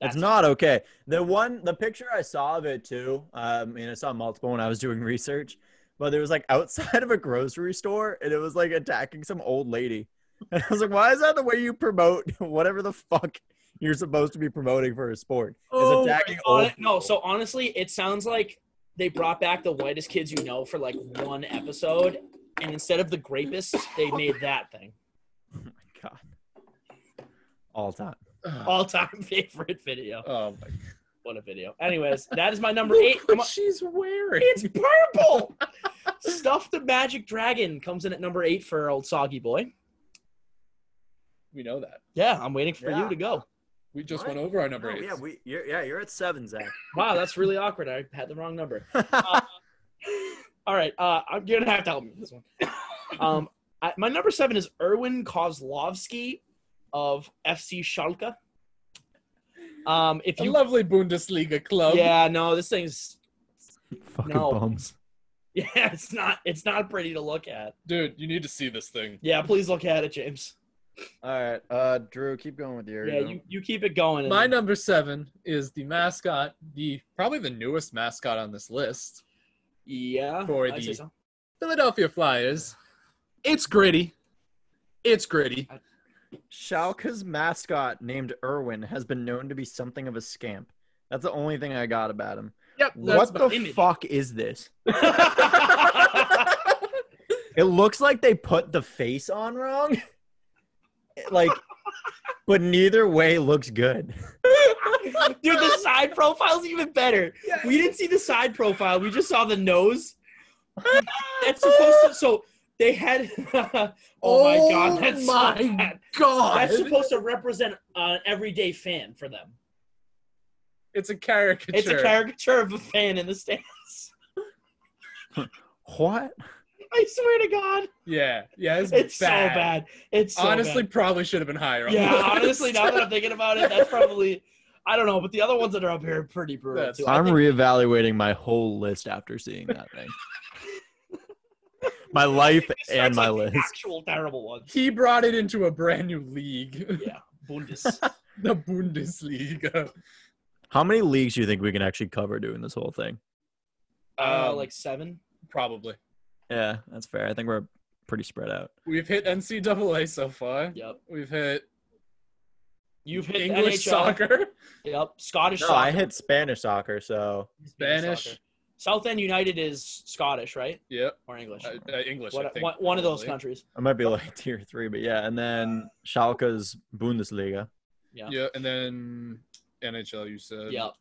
[SPEAKER 1] That's-
[SPEAKER 2] not okay. The one, the picture I saw of it too. Um, and I saw multiple when I was doing research, but there was like outside of a grocery store, and it was like attacking some old lady. And I was like, why is that the way you promote whatever the fuck you're supposed to be promoting for a sport?
[SPEAKER 3] Oh
[SPEAKER 2] is attacking
[SPEAKER 1] Hon-
[SPEAKER 2] old.
[SPEAKER 1] no, so honestly, it sounds like they brought back the whitest kids you know for like one episode, and instead of the grapists, they made that thing
[SPEAKER 2] God. All time.
[SPEAKER 3] oh,
[SPEAKER 1] all-time favorite video.
[SPEAKER 3] oh my god.
[SPEAKER 1] What a video! Anyways, that is my number eight. Come on.
[SPEAKER 3] she's wearing.
[SPEAKER 1] It's purple. Stuff the magic dragon comes in at number eight for old soggy boy.
[SPEAKER 3] We know that.
[SPEAKER 1] Yeah, I'm waiting for
[SPEAKER 2] Yeah.
[SPEAKER 1] you to go.
[SPEAKER 3] We just
[SPEAKER 2] What? Oh,
[SPEAKER 3] went over our number eight.
[SPEAKER 2] yeah, we. You're, yeah, you're at seven, Zach.
[SPEAKER 1] Wow, that's really awkward. I had the wrong number. All right, uh, I'm you're gonna have to help me with this one. Um, I, my number seven is Erwin Kozlovsky of FC Schalke. Um, if
[SPEAKER 3] a
[SPEAKER 1] you
[SPEAKER 3] lovely Bundesliga club.
[SPEAKER 1] yeah, no, this thing's
[SPEAKER 2] Fucking
[SPEAKER 1] No.
[SPEAKER 2] bums.
[SPEAKER 1] yeah, it's not it's not pretty to look at.
[SPEAKER 3] Dude, you need to see this thing.
[SPEAKER 1] Yeah, please look at it, James.
[SPEAKER 2] All right, uh, Drew, keep going with your.
[SPEAKER 1] Yeah, you, you keep it going. and-
[SPEAKER 3] My number seven is the mascot, the probably the newest mascot on this list,
[SPEAKER 1] yeah,
[SPEAKER 3] For
[SPEAKER 1] I'd say
[SPEAKER 3] the-
[SPEAKER 1] so.
[SPEAKER 3] Philadelphia Flyers. It's gritty. It's gritty.
[SPEAKER 2] Schalke's mascot named Irwin has been known to be something of a scamp. That's the only thing I got about him.
[SPEAKER 3] Yep.
[SPEAKER 2] What
[SPEAKER 3] That's
[SPEAKER 2] the
[SPEAKER 1] my image.
[SPEAKER 2] fuck is this?
[SPEAKER 3] my-
[SPEAKER 2] It looks like they put the face on wrong. like, but neither way looks good.
[SPEAKER 1] Dude, the side profile's even better. We didn't see the side profile. We just saw the nose. That's supposed to. So they had. oh, my god, that's so
[SPEAKER 3] my
[SPEAKER 1] bad.
[SPEAKER 3] God.
[SPEAKER 1] That's supposed to represent an everyday fan for them.
[SPEAKER 3] it's a caricature.
[SPEAKER 1] It's a caricature of a fan in the stands.
[SPEAKER 2] What?
[SPEAKER 1] I swear to God,
[SPEAKER 3] Yeah. Yeah. It's,
[SPEAKER 1] it's
[SPEAKER 3] bad.
[SPEAKER 1] so bad. It's so
[SPEAKER 3] honestly,
[SPEAKER 1] bad.
[SPEAKER 3] probably should have been higher. on the
[SPEAKER 1] yeah.
[SPEAKER 3] list.
[SPEAKER 1] Honestly, now that I'm thinking about it, that's probably. I don't know, but the other ones that are up here are pretty brutal
[SPEAKER 3] That's-
[SPEAKER 1] too. I
[SPEAKER 2] I'm
[SPEAKER 1] think-
[SPEAKER 2] reevaluating my whole list after seeing that thing. my life
[SPEAKER 1] this
[SPEAKER 2] and
[SPEAKER 1] starts,
[SPEAKER 2] my
[SPEAKER 1] like, the
[SPEAKER 2] list.
[SPEAKER 1] Actual terrible ones.
[SPEAKER 3] he brought it into a brand new league,
[SPEAKER 1] Yeah, Bundes.
[SPEAKER 3] the Bundesliga.
[SPEAKER 2] How many leagues do you think we can actually cover doing this whole thing?
[SPEAKER 1] Uh,
[SPEAKER 3] Um,
[SPEAKER 1] like seven.
[SPEAKER 3] Probably.
[SPEAKER 2] Yeah, that's fair. I think we're pretty spread out.
[SPEAKER 3] We've hit NCAA so far.
[SPEAKER 1] Yep.
[SPEAKER 3] We've hit
[SPEAKER 1] You've hit
[SPEAKER 3] English
[SPEAKER 1] NHL.
[SPEAKER 3] soccer.
[SPEAKER 1] Yep. Scottish
[SPEAKER 2] No,
[SPEAKER 1] soccer.
[SPEAKER 2] I hit Spanish soccer, so
[SPEAKER 1] English
[SPEAKER 3] Spanish.
[SPEAKER 1] soccer. South End United is Scottish, right?
[SPEAKER 3] Yep.
[SPEAKER 1] Or English?
[SPEAKER 3] Uh, uh, English. I
[SPEAKER 1] What-
[SPEAKER 3] think,
[SPEAKER 1] one, one of those
[SPEAKER 3] probably.
[SPEAKER 1] countries.
[SPEAKER 2] I might be like tier three, but yeah. And then Schalke's Bundesliga.
[SPEAKER 1] Yeah.
[SPEAKER 3] Yeah, and then NHL. You said.
[SPEAKER 1] Yep.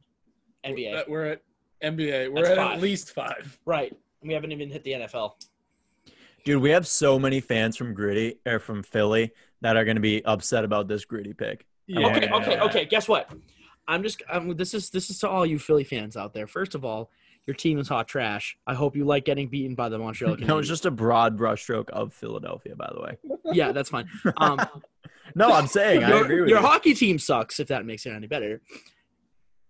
[SPEAKER 1] NBA.
[SPEAKER 3] Uh, That- We're at NBA. We're
[SPEAKER 1] That's
[SPEAKER 3] at
[SPEAKER 1] five.
[SPEAKER 3] at least five.
[SPEAKER 1] right. And we haven't even hit the NFL.
[SPEAKER 2] Dude, we have so many fans from Gritty or from Philly that are going to be upset about this Gritty pick. Yeah.
[SPEAKER 1] okay. Okay. Okay. Guess what? I'm just. I'm, this is this is to all you Philly fans out there. First of all, your team is hot trash. I hope you like getting beaten by the Montreal Canadiens.
[SPEAKER 2] That was just a broad brushstroke of Philadelphia, by the way.
[SPEAKER 1] yeah, that's fine. Um,
[SPEAKER 2] No, I'm saying I
[SPEAKER 1] your
[SPEAKER 2] agree with
[SPEAKER 1] your
[SPEAKER 2] you.
[SPEAKER 1] hockey team sucks. If that makes it any better,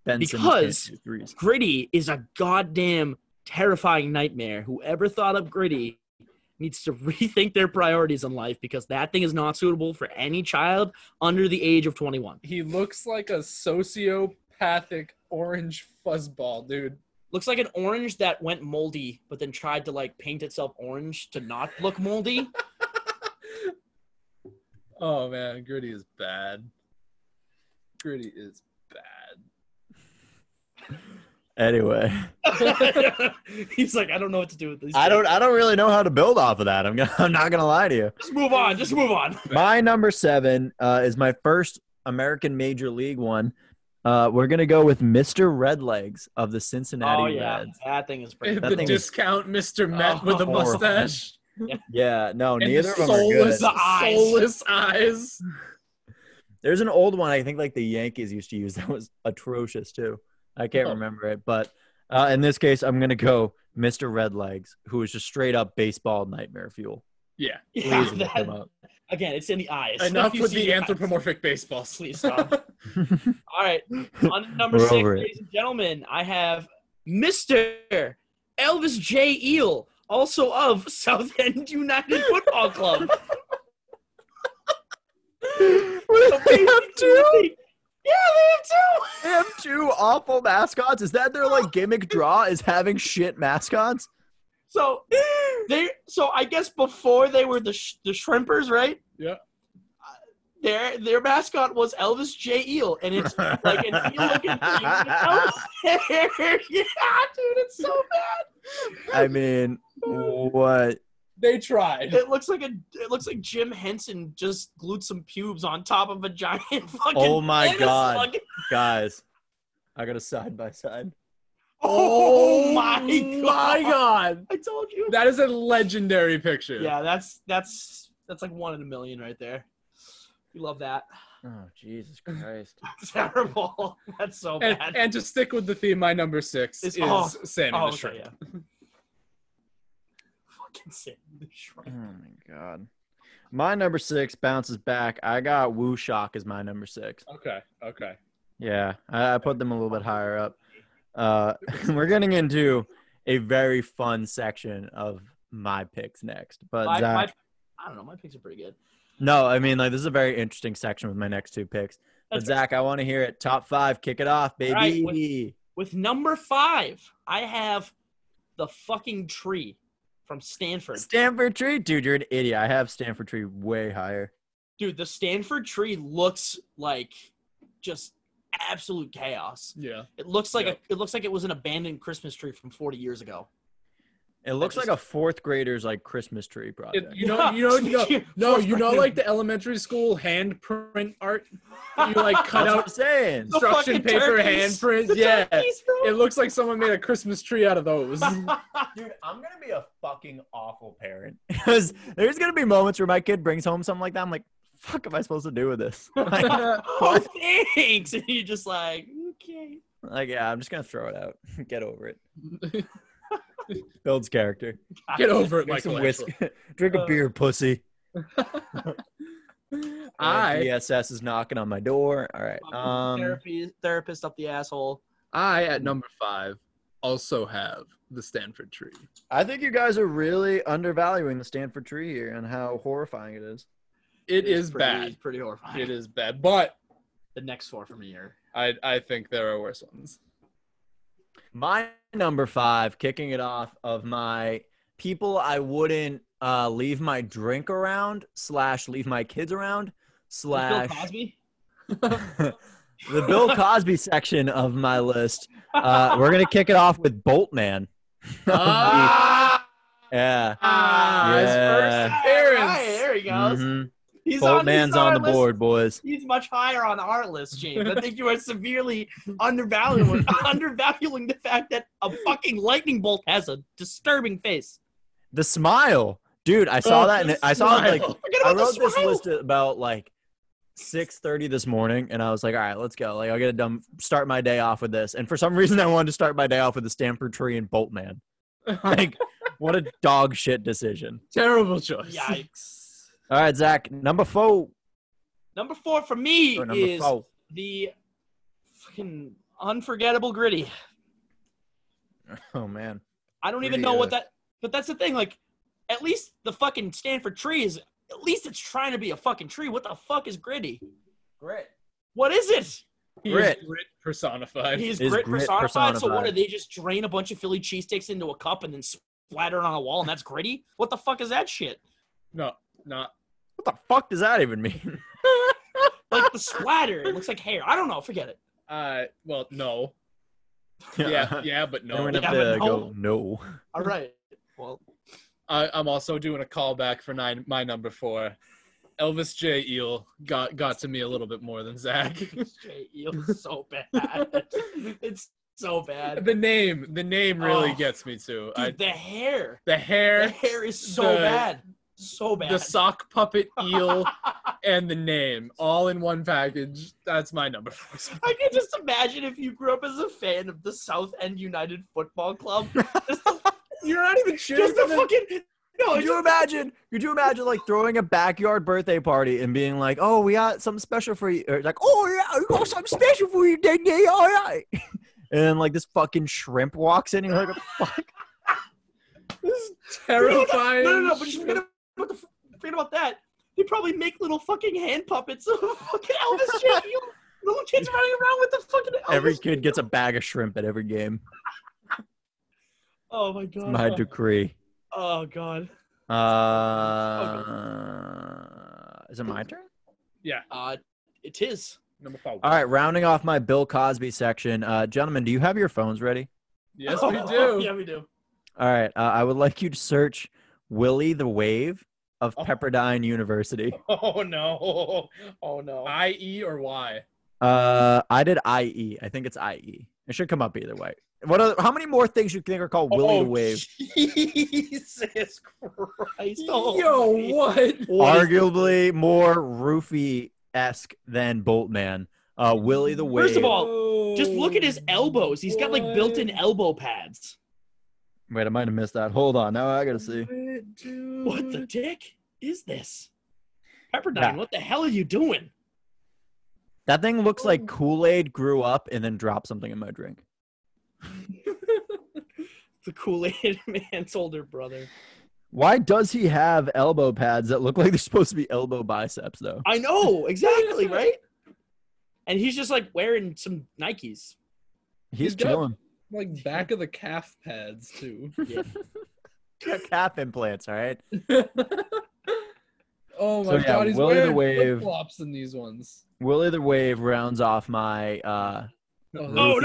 [SPEAKER 2] Ben Simmons
[SPEAKER 1] because-
[SPEAKER 2] can't shoot threes.
[SPEAKER 1] Gritty is a goddamn terrifying nightmare. Whoever thought up Gritty needs to rethink their priorities in life because that thing is not suitable for any child under the age of 21.
[SPEAKER 3] He looks like a sociopathic orange fuzzball, dude.
[SPEAKER 1] Looks like an orange that went moldy, but then tried to like paint itself orange to not look moldy.
[SPEAKER 3] Oh man, gritty is bad. Gritty is bad.
[SPEAKER 2] Anyway,
[SPEAKER 1] He's like, I don't know what to do with this.
[SPEAKER 2] I don't. I don't really know how to build off of that. I'm. Gonna, I'm not going to lie to you.
[SPEAKER 1] Just move on. Just move on.
[SPEAKER 3] Right.
[SPEAKER 2] My number seven uh, is my first American Major League one. Uh, we're gonna go with Mr. Redlegs of the Cincinnati
[SPEAKER 1] oh yeah,
[SPEAKER 2] Reds.
[SPEAKER 1] that thing is pretty.
[SPEAKER 2] That
[SPEAKER 3] the
[SPEAKER 2] thing is-
[SPEAKER 3] discount Mr. Met with the
[SPEAKER 2] Oh, horrible.
[SPEAKER 3] mustache
[SPEAKER 2] Yeah, no,
[SPEAKER 3] and
[SPEAKER 2] neither
[SPEAKER 3] the
[SPEAKER 2] of them are good.
[SPEAKER 3] soulless,
[SPEAKER 1] The eyes.
[SPEAKER 3] soulless eyes.
[SPEAKER 2] There's an old one I think like the Yankees used to use that was atrocious too. I can't
[SPEAKER 1] Uh-huh.
[SPEAKER 3] Oh.
[SPEAKER 2] remember it, but uh, in this case, I'm gonna go Mr. Redlegs, who is just straight up baseball nightmare fuel.
[SPEAKER 3] Yeah.
[SPEAKER 1] Yeah,
[SPEAKER 2] Please look him
[SPEAKER 1] that,
[SPEAKER 2] up.
[SPEAKER 1] again, it's in the eyes.
[SPEAKER 3] Enough
[SPEAKER 1] You
[SPEAKER 3] with
[SPEAKER 1] see
[SPEAKER 3] the
[SPEAKER 1] your eyes.
[SPEAKER 3] anthropomorphic baseball.
[SPEAKER 1] Please stop. All right, on to number
[SPEAKER 2] We're
[SPEAKER 1] six,
[SPEAKER 2] over it.
[SPEAKER 1] ladies and gentlemen, I have Mister Elvis J. Eel, also of South End United Football Club.
[SPEAKER 2] what
[SPEAKER 1] So basically- Yeah, they have two.
[SPEAKER 2] They have two awful mascots. Is that their like gimmick draw? Is having shit mascots?
[SPEAKER 1] So they so I guess before they were the sh- the shrimpers, right?
[SPEAKER 3] Yeah.
[SPEAKER 1] Uh, Their their mascot was Elvis J Eel, and it's like an eel looking thing. yeah, dude, it's so bad.
[SPEAKER 2] I mean, what?
[SPEAKER 3] They tried.
[SPEAKER 1] It looks like a it looks like Jim Henson just glued some pubes on top of a giant fucking.
[SPEAKER 2] Oh my
[SPEAKER 1] banana
[SPEAKER 2] God.
[SPEAKER 1] slug.
[SPEAKER 2] Guys, I got a side by side.
[SPEAKER 1] Oh, my god!
[SPEAKER 3] My God.
[SPEAKER 1] I told you.
[SPEAKER 3] That is a legendary picture.
[SPEAKER 1] yeah, that's that's that's like one in a million right there. We love that.
[SPEAKER 2] Oh, Jesus Christ.
[SPEAKER 1] terrible. That's so
[SPEAKER 3] And,
[SPEAKER 1] bad.
[SPEAKER 3] and to stick with the theme, my number six
[SPEAKER 1] It's-
[SPEAKER 3] is
[SPEAKER 1] oh.
[SPEAKER 3] Sam
[SPEAKER 1] oh,
[SPEAKER 3] the Shrimp.
[SPEAKER 1] okay, yeah. Fucking Sam the
[SPEAKER 2] Oh
[SPEAKER 1] Shrimp.
[SPEAKER 2] my God. My number six bounces back. I got Woo Shock as my number six.
[SPEAKER 3] Okay, okay.
[SPEAKER 2] Yeah, I, I put them a little bit higher up. Uh, we're getting into a very fun section of my picks next. But
[SPEAKER 1] My,
[SPEAKER 2] Mm, Zach,
[SPEAKER 1] my, I don't know. My picks are pretty good.
[SPEAKER 2] No, I mean like this is a very interesting section with my next two picks. But
[SPEAKER 1] That's right.
[SPEAKER 2] Zach, I want to hear it. Top five, kick it off, baby.
[SPEAKER 1] All right, what- With number five, I have the fucking tree from Stanford.
[SPEAKER 2] Stanford tree, dude, you're an idiot. I have Stanford tree way higher.
[SPEAKER 1] Dude, the Stanford tree looks like just absolute chaos.
[SPEAKER 3] Yeah.
[SPEAKER 1] It looks like
[SPEAKER 3] Yeah.
[SPEAKER 1] a, it looks like it was an abandoned Christmas tree from 40 years ago.
[SPEAKER 2] It looks
[SPEAKER 1] just-
[SPEAKER 2] like a fourth grader's like Christmas tree project.
[SPEAKER 3] It, you know, you know, you know,
[SPEAKER 1] Speaking of
[SPEAKER 3] no,
[SPEAKER 1] fourth
[SPEAKER 3] you know,
[SPEAKER 1] grade.
[SPEAKER 3] like the elementary school handprint art. You like cut
[SPEAKER 2] That's what I'm
[SPEAKER 3] out
[SPEAKER 2] saying.
[SPEAKER 1] The
[SPEAKER 3] instruction
[SPEAKER 1] fucking
[SPEAKER 3] paper
[SPEAKER 1] turkeys.
[SPEAKER 3] handprints.
[SPEAKER 1] The
[SPEAKER 3] Yeah,
[SPEAKER 1] turkeys, bro.
[SPEAKER 3] it looks like someone made a Christmas tree out of those.
[SPEAKER 2] Dude, I'm gonna be a fucking awful parent. Because there's gonna be moments where my kid brings home something like that. I'm like, fuck am I supposed to do with this? like,
[SPEAKER 1] oh, thanks. And you're just like, okay.
[SPEAKER 2] like, yeah, I'm just gonna throw it out. Get over it. Builds character.
[SPEAKER 3] Get over it,
[SPEAKER 2] Drink
[SPEAKER 3] Michael.
[SPEAKER 2] some
[SPEAKER 3] actually.
[SPEAKER 2] whiskey. Drink a
[SPEAKER 1] Uh,
[SPEAKER 2] beer, pussy.
[SPEAKER 3] I
[SPEAKER 2] DSS is knocking on my door. All right. Um,
[SPEAKER 1] therapy, therapist up the asshole.
[SPEAKER 3] I at number five also have the Stanford tree.
[SPEAKER 2] I think you guys are really undervaluing the Stanford tree here and how horrifying it is.
[SPEAKER 3] It is
[SPEAKER 1] pretty,
[SPEAKER 3] bad.
[SPEAKER 1] Pretty horrifying.
[SPEAKER 3] It is bad, but
[SPEAKER 1] The next four from here.
[SPEAKER 3] I I think there are worse ones.
[SPEAKER 2] My number five, kicking it off of my people I wouldn't uh, leave my drink around slash leave my kids around
[SPEAKER 1] Bill
[SPEAKER 2] slash
[SPEAKER 1] Cosby.
[SPEAKER 2] the Bill Cosby section of my list. Uh, we're gonna kick it off with Boltman.
[SPEAKER 3] Ah,
[SPEAKER 2] yeah.
[SPEAKER 3] ah, his
[SPEAKER 2] Yeah.
[SPEAKER 3] first
[SPEAKER 1] Alright,
[SPEAKER 3] appearance.
[SPEAKER 1] there he goes.
[SPEAKER 3] Mm-hmm.
[SPEAKER 2] Mhm.
[SPEAKER 1] He's on,
[SPEAKER 2] Boltman's
[SPEAKER 1] he's on
[SPEAKER 2] on
[SPEAKER 1] our
[SPEAKER 2] the
[SPEAKER 1] list.
[SPEAKER 2] board, boys.
[SPEAKER 1] He's much higher on our list, James. I think you are severely undervaluing undervaluing the fact that a fucking lightning bolt has a disturbing face.
[SPEAKER 2] The smile, dude. I saw
[SPEAKER 3] Oh,
[SPEAKER 2] that. And
[SPEAKER 3] the
[SPEAKER 2] I saw it, like
[SPEAKER 3] smile.
[SPEAKER 1] Forget
[SPEAKER 2] I
[SPEAKER 1] about
[SPEAKER 2] wrote
[SPEAKER 1] the
[SPEAKER 2] this
[SPEAKER 1] smile.
[SPEAKER 2] list at about like six thirty this morning, and I was like, "All right, let's go. Like, I'll get it done. Start my day off with this." And for some reason, I wanted to start my day off with the Stanford tree and Boltman. Like, what a dog shit decision.
[SPEAKER 3] Terrible choice.
[SPEAKER 1] Yikes.
[SPEAKER 2] All right, Zach, number four.
[SPEAKER 1] Number four for me
[SPEAKER 2] Or number
[SPEAKER 1] is
[SPEAKER 2] four.
[SPEAKER 1] the fucking unforgettable gritty.
[SPEAKER 2] Oh man,
[SPEAKER 1] I don't even
[SPEAKER 2] Gritty,
[SPEAKER 1] know
[SPEAKER 2] uh,
[SPEAKER 1] what that. But that's the thing. Like, at least the fucking Stanford tree is. At least it's trying to be a fucking tree. What the fuck is gritty?
[SPEAKER 2] grit.
[SPEAKER 1] What is it?
[SPEAKER 3] He is
[SPEAKER 2] Grit.
[SPEAKER 3] grit personified.
[SPEAKER 1] He's
[SPEAKER 2] Is
[SPEAKER 1] grit,
[SPEAKER 2] grit
[SPEAKER 1] personified, So what
[SPEAKER 2] personified.
[SPEAKER 1] do they just drain a bunch of Philly cheesesteaks into a cup and then splatter it on a wall and that's gritty? What the fuck is that shit?
[SPEAKER 3] no, not
[SPEAKER 2] What the fuck does that even mean?
[SPEAKER 1] Like the splatter. It looks like hair. I don't know. Forget it.
[SPEAKER 3] uh. Well, no. Yeah, yeah, but
[SPEAKER 2] We're
[SPEAKER 3] no.
[SPEAKER 2] gonna
[SPEAKER 1] Yeah,
[SPEAKER 2] have
[SPEAKER 1] but
[SPEAKER 2] to
[SPEAKER 1] no.
[SPEAKER 2] go no.
[SPEAKER 1] All right. Well,
[SPEAKER 3] I, I'm also doing a callback for nine, my number four. Elvis J. Eel got got to me a little bit more than Zach.
[SPEAKER 1] Straight eel is so bad. it's so bad.
[SPEAKER 3] the name, the name really
[SPEAKER 1] Oh.
[SPEAKER 3] gets me too. I,
[SPEAKER 1] Dude, the hair.
[SPEAKER 3] the
[SPEAKER 1] The
[SPEAKER 3] hair,
[SPEAKER 1] hair is so
[SPEAKER 3] the-
[SPEAKER 1] bad. So bad.
[SPEAKER 3] the sock puppet eel, and the name all in one package. That's my number four. spot.
[SPEAKER 1] I can just imagine if you grew up as a fan of the South End United Football Club. Just the,
[SPEAKER 3] You're not even cheering.
[SPEAKER 1] just
[SPEAKER 3] for
[SPEAKER 1] the
[SPEAKER 3] them.
[SPEAKER 1] fucking no,
[SPEAKER 2] Could
[SPEAKER 1] it's
[SPEAKER 2] Oh, you imagine? Could you imagine like throwing a backyard birthday party and being like, "Oh, we got something special for you," or like, "Oh yeah, we got something special for you, Dig Dig." All right. And then, like this fucking shrimp walks in. You're like, "Fuck."
[SPEAKER 3] This is
[SPEAKER 1] no,
[SPEAKER 3] terrifying.
[SPEAKER 1] no, no. But just forget about, the, forget about that. They probably make little fucking hand puppets of fucking Elvis J. Eel. Little kids running around with the fucking Elvis.
[SPEAKER 2] Every kid gets a bag of shrimp at every game.
[SPEAKER 1] oh my god.
[SPEAKER 2] My decree.
[SPEAKER 1] oh god.
[SPEAKER 2] Uh, is it my turn?
[SPEAKER 3] Yeah,
[SPEAKER 1] Uh, it is.
[SPEAKER 3] number five.
[SPEAKER 2] All right, rounding off my Bill Cosby section. Uh, gentlemen, do you have your phones ready?
[SPEAKER 3] Yes, we do.
[SPEAKER 1] yeah, we do.
[SPEAKER 2] All right, uh, I would like you to search Willie the Wave of
[SPEAKER 3] Oh.
[SPEAKER 2] Pepperdine University.
[SPEAKER 3] Oh no.
[SPEAKER 1] Oh no.
[SPEAKER 3] I E or Y?
[SPEAKER 2] Uh, I did IE. I think it's IE. It should come up either way. What? Are, how many more things you think are called Willie
[SPEAKER 1] Oh,
[SPEAKER 2] the Wave?
[SPEAKER 1] Jesus Christ. Oh,
[SPEAKER 3] Yo,
[SPEAKER 1] man.
[SPEAKER 3] what?
[SPEAKER 1] What is-
[SPEAKER 2] Arguably more roofie esque than Boltman. Uh, Willie the Wave.
[SPEAKER 1] First of all, Just look at his elbows. He's got like built-in elbow pads.
[SPEAKER 2] wait, I might have missed that. Hold on. Now I gotta see.
[SPEAKER 1] What the dick is this? Pepperdine,
[SPEAKER 2] Yeah.
[SPEAKER 1] what the hell are you doing?
[SPEAKER 2] That thing looks
[SPEAKER 1] Oh.
[SPEAKER 2] like Kool Aid grew up and then dropped something in my drink.
[SPEAKER 1] The Kool-Aid man's older brother.
[SPEAKER 2] Why does he have elbow pads that look like they're supposed to be elbow biceps though?
[SPEAKER 1] I know, exactly, right? And he's just like wearing some Nikes.
[SPEAKER 2] He's
[SPEAKER 3] He's got-
[SPEAKER 2] chilling.
[SPEAKER 3] like back of the calf pads too.
[SPEAKER 2] Got calf implants. All right. So,
[SPEAKER 3] Oh my
[SPEAKER 2] yeah,
[SPEAKER 3] god, he's
[SPEAKER 2] Willie the
[SPEAKER 3] wearing
[SPEAKER 2] Wave.
[SPEAKER 3] flip flops in these ones.
[SPEAKER 2] Willie the Wave rounds off my uh,
[SPEAKER 1] Oh, no!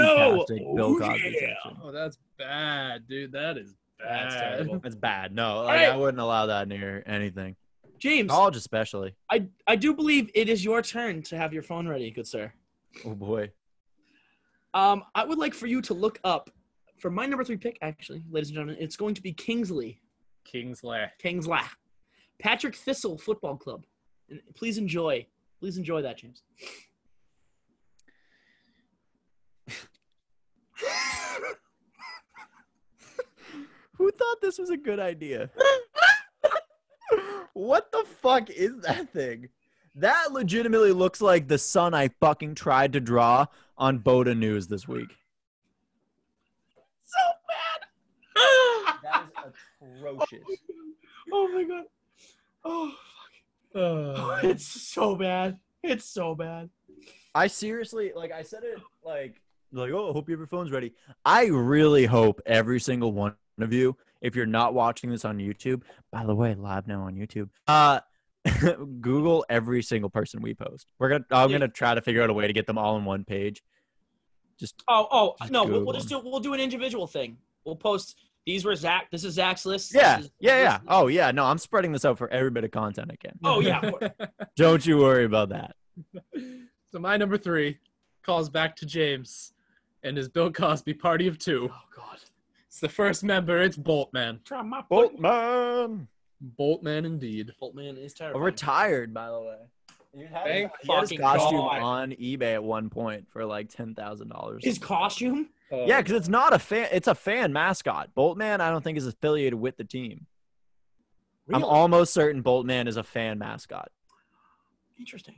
[SPEAKER 2] roofie-tastic Bill
[SPEAKER 1] Oh,
[SPEAKER 2] Cosby
[SPEAKER 1] yeah!
[SPEAKER 2] section.
[SPEAKER 3] Oh, that's bad, dude. That is bad.
[SPEAKER 1] That's terrible.
[SPEAKER 2] That's bad. No, like,
[SPEAKER 1] right.
[SPEAKER 2] I wouldn't allow that near anything.
[SPEAKER 1] James,
[SPEAKER 2] College, especially.
[SPEAKER 1] I, I do believe it is your turn to have your phone ready, good sir.
[SPEAKER 2] Oh boy.
[SPEAKER 1] Um, I would like for you to look up for my number three pick, actually, ladies and gentlemen, it's going to be Kingsley.
[SPEAKER 3] Kingsley.
[SPEAKER 1] Kingsley. Patrick Thistle Football Club. And Please enjoy. Please enjoy that, James.
[SPEAKER 2] Who thought this was a good idea? what the fuck is that thing? That legitimately looks like the sun I fucking tried to draw on Boda News this week.
[SPEAKER 1] so bad.
[SPEAKER 2] That is atrocious.
[SPEAKER 1] oh my god. Oh,
[SPEAKER 3] Oh.
[SPEAKER 1] it's so bad. It's so bad.
[SPEAKER 2] I seriously like I said it like like oh hope your phone's ready. I really hope every single one of you, if you're not watching this on YouTube, by the way, live now on YouTube, uh Google every single person we post. We're gonna I'm gonna try to figure out a way to get them all in one page. Just
[SPEAKER 1] Oh, oh
[SPEAKER 2] Just
[SPEAKER 1] no, we'll,
[SPEAKER 2] Google
[SPEAKER 1] we'll just do we'll do an individual thing. We'll post these were Zach. This is Zach's list. this
[SPEAKER 2] yeah,
[SPEAKER 1] is-
[SPEAKER 2] yeah, yeah.
[SPEAKER 1] this-
[SPEAKER 2] Oh yeah, no, I'm spreading this out for every bit of content I can.
[SPEAKER 1] Oh yeah. of course.
[SPEAKER 2] Don't you worry about that.
[SPEAKER 3] So my number three calls back to James and his Bill Cosby party of two.
[SPEAKER 1] oh god.
[SPEAKER 3] It's the first member. It's Boltman.
[SPEAKER 1] Try my bolt.
[SPEAKER 2] Boltman.
[SPEAKER 3] Boltman indeed.
[SPEAKER 1] Bolt man is terrible.
[SPEAKER 2] Retired, by the way. You had his-
[SPEAKER 3] Thank
[SPEAKER 2] he had his
[SPEAKER 1] fucking
[SPEAKER 2] costume
[SPEAKER 1] God.
[SPEAKER 2] on eBay at one point for like ten thousand dollars.
[SPEAKER 1] His costume.
[SPEAKER 2] Yeah, because it's not a fan. It's a fan mascot. Boltman, I don't think is affiliated with the team.
[SPEAKER 1] Really?
[SPEAKER 2] I'm almost certain Boltman is a fan mascot.
[SPEAKER 1] Interesting.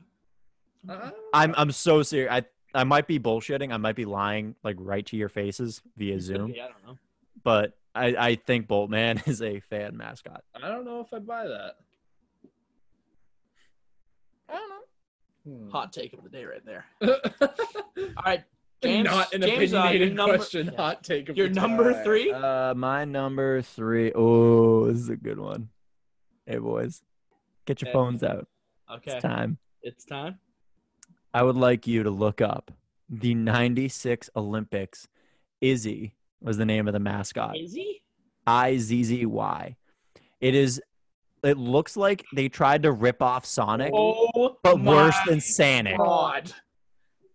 [SPEAKER 3] Uh,
[SPEAKER 2] I'm I'm so serious. I I might be bullshitting. I might be lying like right to your faces via Zoom.
[SPEAKER 1] Yeah, I don't know.
[SPEAKER 2] But I I think Boltman is a fan mascot.
[SPEAKER 3] I don't know if I buy that.
[SPEAKER 2] I don't know.
[SPEAKER 3] Hmm.
[SPEAKER 1] Hot take of the day right there.
[SPEAKER 3] Not
[SPEAKER 1] All right. James,
[SPEAKER 3] an
[SPEAKER 1] James, uh, your
[SPEAKER 3] opinionated
[SPEAKER 1] number-
[SPEAKER 3] question.
[SPEAKER 1] yeah.
[SPEAKER 3] Hot take of
[SPEAKER 1] Your
[SPEAKER 3] the
[SPEAKER 1] number three.
[SPEAKER 2] Uh, my number three. Oh, this is a good one. Hey boys, get your
[SPEAKER 1] Okay.
[SPEAKER 2] phones out.
[SPEAKER 1] Okay.
[SPEAKER 2] It's time.
[SPEAKER 1] It's time.
[SPEAKER 2] I would like you to look up the 96 Olympics. Izzy was the name of the mascot.
[SPEAKER 1] Is he?
[SPEAKER 2] I Z Z Y. It is it looks like they tried to rip off Sonic,
[SPEAKER 1] Oh,
[SPEAKER 2] but
[SPEAKER 1] my
[SPEAKER 2] worse than Sonic.
[SPEAKER 1] God.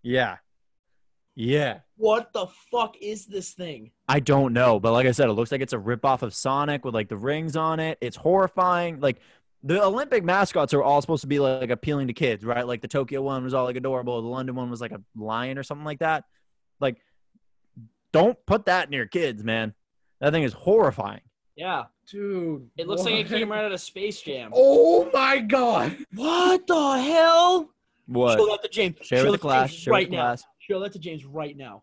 [SPEAKER 2] Yeah. Yeah.
[SPEAKER 1] What the fuck is this thing?
[SPEAKER 2] I don't know, but like I said, it looks like it's a ripoff of Sonic with like the rings on it. It's horrifying. Like the Olympic mascots are all supposed to be like appealing to kids, right? Like the Tokyo one was all like adorable. The London one was like a lion or something like that. Like, don't put that near kids, man. That thing is horrifying.
[SPEAKER 1] Yeah,
[SPEAKER 3] Dude.
[SPEAKER 1] it looks like it
[SPEAKER 3] what?
[SPEAKER 1] came right out of Space Jam.
[SPEAKER 3] Oh my god.
[SPEAKER 1] What the hell?
[SPEAKER 2] What?
[SPEAKER 1] Show that to James.
[SPEAKER 2] Share with the
[SPEAKER 1] that to
[SPEAKER 2] class.
[SPEAKER 1] James
[SPEAKER 2] Share
[SPEAKER 1] right
[SPEAKER 2] with the
[SPEAKER 1] now.
[SPEAKER 2] class.
[SPEAKER 1] Show that to James right now.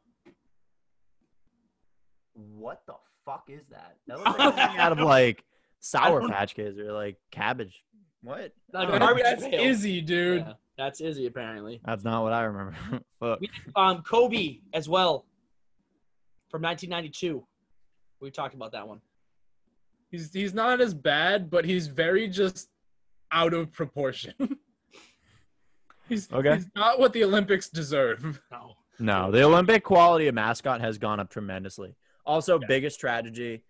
[SPEAKER 2] What the fuck is that? That looks like something out of like
[SPEAKER 1] I
[SPEAKER 2] Sour
[SPEAKER 1] don't-
[SPEAKER 2] Patch Kids or like Cabbage. What?
[SPEAKER 1] Like
[SPEAKER 2] Oh,
[SPEAKER 1] garbage
[SPEAKER 3] That's
[SPEAKER 1] pail.
[SPEAKER 3] Izzy, dude.
[SPEAKER 1] Yeah, that's Izzy apparently.
[SPEAKER 2] That's not what I remember. Fuck.
[SPEAKER 1] Um, Kobe as well from 1992. We talked about that one.
[SPEAKER 3] He's he's not as bad, but he's very just out of proportion. he's,
[SPEAKER 2] Okay.
[SPEAKER 3] he's not what the Olympics deserve.
[SPEAKER 1] No.
[SPEAKER 2] No, the Olympic quality of mascot has gone up tremendously. Also, biggest tragedy.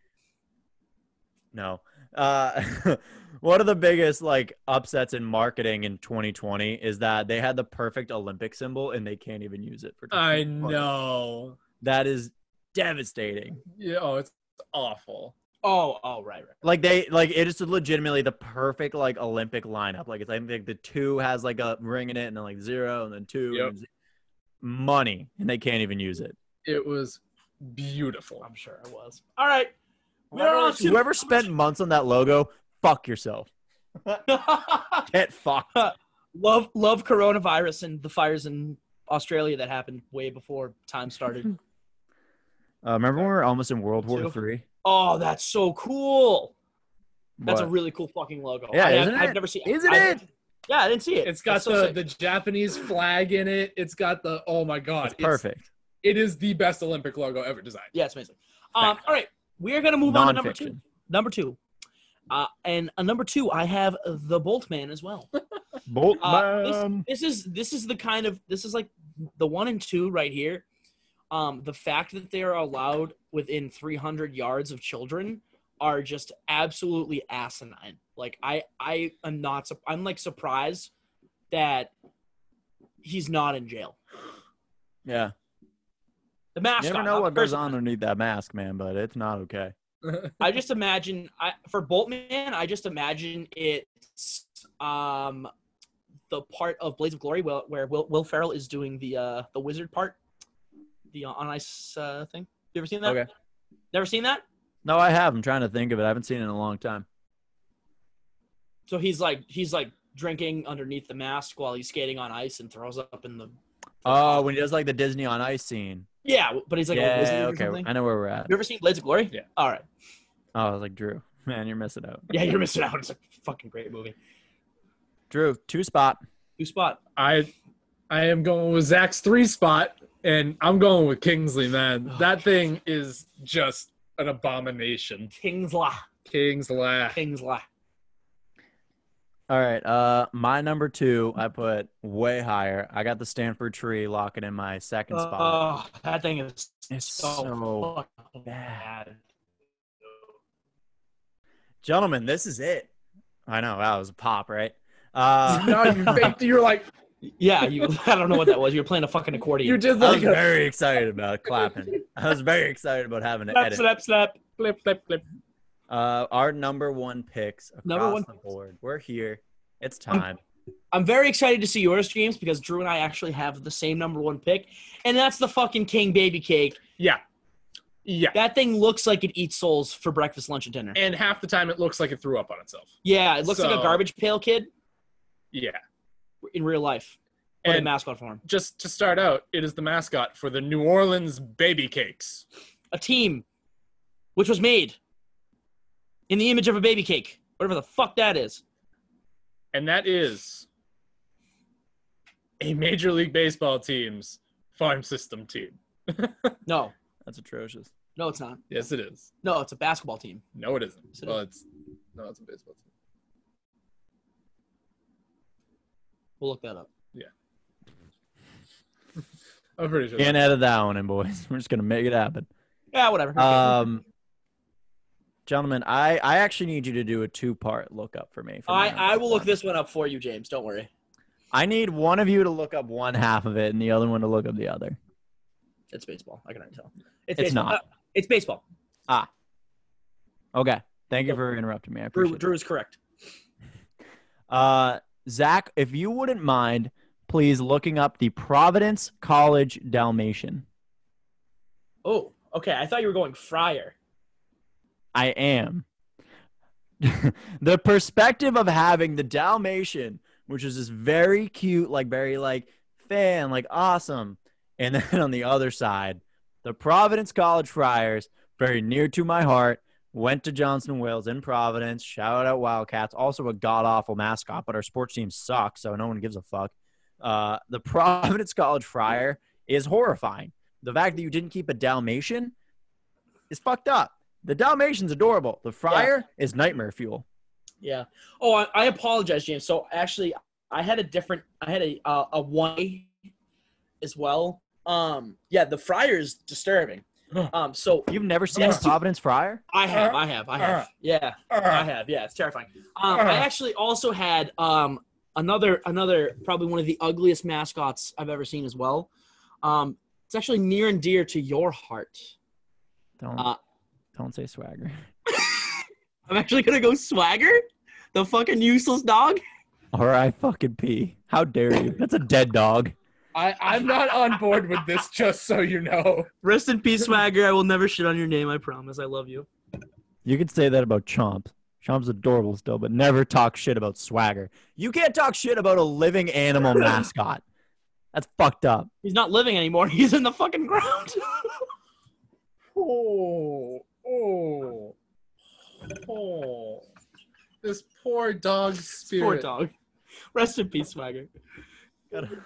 [SPEAKER 2] No. Uh, one of the biggest like upsets in marketing in 2020 is that they had the perfect Olympic symbol and they can't even use it for.
[SPEAKER 3] I
[SPEAKER 2] 2020.
[SPEAKER 3] know.
[SPEAKER 2] That is devastating.
[SPEAKER 3] Yeah, oh, it's awful.
[SPEAKER 1] Oh, oh, right, right.
[SPEAKER 2] Like they like it is legitimately the perfect like Olympic lineup. Like it's I think the two has like a ring in it and then like zero and then two.
[SPEAKER 3] Yep.
[SPEAKER 2] and z- money and they can't even use it.
[SPEAKER 3] It was beautiful.
[SPEAKER 1] I'm sure it was. All right. We are
[SPEAKER 2] Whoever,
[SPEAKER 1] on to-
[SPEAKER 2] whoever spent months on that logo, fuck yourself. Get fucked.
[SPEAKER 1] love, love coronavirus and the fires in Australia that happened way before time started.
[SPEAKER 2] Uh, remember when we were almost in World
[SPEAKER 1] Two.
[SPEAKER 2] War Three?
[SPEAKER 1] oh, that's so cool. That's a really cool fucking logo.
[SPEAKER 2] Yeah,
[SPEAKER 1] I have,
[SPEAKER 2] isn't it?
[SPEAKER 1] I've never seen.
[SPEAKER 2] Isn't
[SPEAKER 1] I-
[SPEAKER 2] it?
[SPEAKER 1] Yeah, I didn't see it.
[SPEAKER 3] It's got
[SPEAKER 1] That's so
[SPEAKER 3] the,
[SPEAKER 1] sick.
[SPEAKER 3] the Japanese flag in it. It's got the oh my god.
[SPEAKER 2] It's perfect.
[SPEAKER 3] It is the best Olympic logo ever designed.
[SPEAKER 1] yeah, it's amazing. Um, all right, we are gonna move on to number two.
[SPEAKER 2] Nonfiction.
[SPEAKER 1] Number two, uh, and uh, number two, I have the Boltman as well.
[SPEAKER 2] Bolt
[SPEAKER 1] Uh, this-
[SPEAKER 2] man.
[SPEAKER 1] this is this is the kind of this is like the one and two right here. Um, the fact that they are allowed within 300 yards of children are just absolutely asinine. Like I I am not sup- I'm like surprised that he's not in jail.
[SPEAKER 2] Yeah.
[SPEAKER 1] The
[SPEAKER 2] You
[SPEAKER 1] mascot.
[SPEAKER 2] never
[SPEAKER 1] not
[SPEAKER 2] know
[SPEAKER 1] the
[SPEAKER 2] what goes
[SPEAKER 1] person.
[SPEAKER 2] on underneath that mask, man, but it's not okay.
[SPEAKER 1] I just imagine I, for Boltman, I just imagine it's um, the part of Blades of Glory where, where Will, Will Ferrell is doing the uh, the wizard part, the on ice uh, thing. You ever seen that?
[SPEAKER 2] Okay.
[SPEAKER 1] Never seen that.
[SPEAKER 2] No, I have. I'm trying to think of it. I haven't seen it in a long time.
[SPEAKER 1] So he's like he's like drinking underneath the mask while he's skating on ice and throws up in the
[SPEAKER 2] Oh, when he does like the Disney on Ice scene.
[SPEAKER 1] yeah, but he's like a wizard
[SPEAKER 2] yeah,
[SPEAKER 1] or
[SPEAKER 2] okay.
[SPEAKER 1] something.
[SPEAKER 2] I know where we're at.
[SPEAKER 1] You ever seen Blades of Glory?
[SPEAKER 3] Yeah.
[SPEAKER 1] All right.
[SPEAKER 2] Oh, I was like, Drew, man, you're missing out.
[SPEAKER 1] Yeah, you're missing out. It's a fucking great movie.
[SPEAKER 2] Drew, two spot.
[SPEAKER 1] New spot.
[SPEAKER 3] I I am going with Zach's three spot, and I'm going with Kingsley, man. That thing is just an abomination.
[SPEAKER 1] King's La.
[SPEAKER 3] King's laugh.
[SPEAKER 1] King's La.
[SPEAKER 2] All right. Uh, my number two, I put way higher. I got the Stanford tree locking in my second spot.
[SPEAKER 1] Oh, that thing is
[SPEAKER 2] It's so
[SPEAKER 1] so fucking
[SPEAKER 2] bad.
[SPEAKER 1] bad.
[SPEAKER 2] Gentlemen, this is it. I know that was a pop, right? Uh,
[SPEAKER 3] no, you faked. You're like
[SPEAKER 1] Yeah, you. I don't know what that was. You were playing a fucking accordion.
[SPEAKER 3] you did
[SPEAKER 2] I was
[SPEAKER 3] like a
[SPEAKER 2] very excited about clapping. I was very excited about having to
[SPEAKER 1] slap,
[SPEAKER 2] edit.
[SPEAKER 1] slap, slap.
[SPEAKER 3] flip, flip, flip.
[SPEAKER 2] Uh, our number one picks across
[SPEAKER 1] Number one
[SPEAKER 2] the
[SPEAKER 1] picks.
[SPEAKER 2] board. We're here. It's
[SPEAKER 1] I'm-
[SPEAKER 2] time.
[SPEAKER 1] I'm very excited to see yours, James, because Drew and I actually have the same number one pick, and that's the fucking King Baby Cake.
[SPEAKER 3] Yeah, yeah.
[SPEAKER 1] That thing looks like it eats souls for breakfast, lunch, and dinner.
[SPEAKER 3] And half the time, it looks like it threw up on itself.
[SPEAKER 1] Yeah, it looks like a
[SPEAKER 3] So-
[SPEAKER 1] garbage pail kid
[SPEAKER 3] Yeah.
[SPEAKER 1] in real life, but in
[SPEAKER 3] And
[SPEAKER 1] mascot form.
[SPEAKER 3] just to start out, it is the mascot for the New Orleans Baby Cakes.
[SPEAKER 1] A team, which was made in the image of a baby cake, whatever the fuck that is.
[SPEAKER 3] and that is a Major League Baseball team's farm system team.
[SPEAKER 1] No,
[SPEAKER 2] That's atrocious.
[SPEAKER 1] no, it's not.
[SPEAKER 3] Yes, it is.
[SPEAKER 1] No, it's a basketball team.
[SPEAKER 3] No, it isn't.
[SPEAKER 1] Yes, it
[SPEAKER 3] Well, it's no, it's a baseball team.
[SPEAKER 1] We'll look that up.
[SPEAKER 3] I'm pretty sure.
[SPEAKER 2] Can't edit that one in, boys. We're just gonna make it happen.
[SPEAKER 1] Yeah, whatever.
[SPEAKER 2] Um, gentlemen, I I actually need you to do a two part lookup for me. For
[SPEAKER 1] I,
[SPEAKER 2] my
[SPEAKER 1] I will look
[SPEAKER 2] one.
[SPEAKER 1] this one up for you, James. Don't worry.
[SPEAKER 2] I need one of you to look up one half of it and the other one to look up the other.
[SPEAKER 1] It's baseball. I can already tell.
[SPEAKER 2] It's
[SPEAKER 1] baseball.
[SPEAKER 2] not.
[SPEAKER 1] Uh, it's baseball.
[SPEAKER 2] Okay. Thank you for interrupting me. I appreciate
[SPEAKER 1] Drew,
[SPEAKER 2] it.
[SPEAKER 1] Drew is correct.
[SPEAKER 2] Uh, Zach, if you wouldn't mind, please looking up the Providence College Dalmatian.
[SPEAKER 1] Oh, okay. I thought you were going Fryer.
[SPEAKER 2] I am. the perspective of having the Dalmatian, which is this very cute, like very like fan, like awesome. And then on the other side, the Providence College Friars, very near to my heart, went to Johnston Wales in Providence. Shout out Wildcats, also a god awful mascot, but our sports team sucks, so no one gives a fuck. Uh, the Providence College Friar is horrifying. The fact that you didn't keep a Dalmatian is fucked up. The Dalmatian's adorable. The Friar is nightmare fuel.
[SPEAKER 1] Yeah. Oh, I, I apologize, James. So actually, I had a different. I had a uh, a one as well. Um. Yeah, the Fryer is disturbing.
[SPEAKER 3] Huh.
[SPEAKER 1] Um. So
[SPEAKER 2] You've never seen
[SPEAKER 1] Yes,
[SPEAKER 2] a Providence Friar?
[SPEAKER 1] I
[SPEAKER 2] Uh-huh.
[SPEAKER 1] have. I have. I have. Yeah. I have, yeah, it's terrifying. Um, I actually also had um, another another probably one of the ugliest mascots I've ever seen as well. Um, it's actually near and dear to your heart.
[SPEAKER 2] Don't
[SPEAKER 1] Uh,
[SPEAKER 2] don't say swagger.
[SPEAKER 1] I'm actually gonna go Swagger, the fucking useless dog.
[SPEAKER 2] Or I fucking pee. How dare you? That's a dead dog.
[SPEAKER 3] I, I'm not on board with this, just so you know.
[SPEAKER 1] Rest in peace, Swagger. I will never shit on your name. I promise. I love you.
[SPEAKER 2] You could say that about Chomp. Chomp's adorable still, but never talk shit about swagger. You can't talk shit about a living animal mascot. That's fucked up.
[SPEAKER 1] He's not living anymore. He's in the fucking ground.
[SPEAKER 3] Oh, oh, oh. This poor dog's spirit.
[SPEAKER 1] Poor dog. Rest in peace, Swagger.
[SPEAKER 2] Gotta-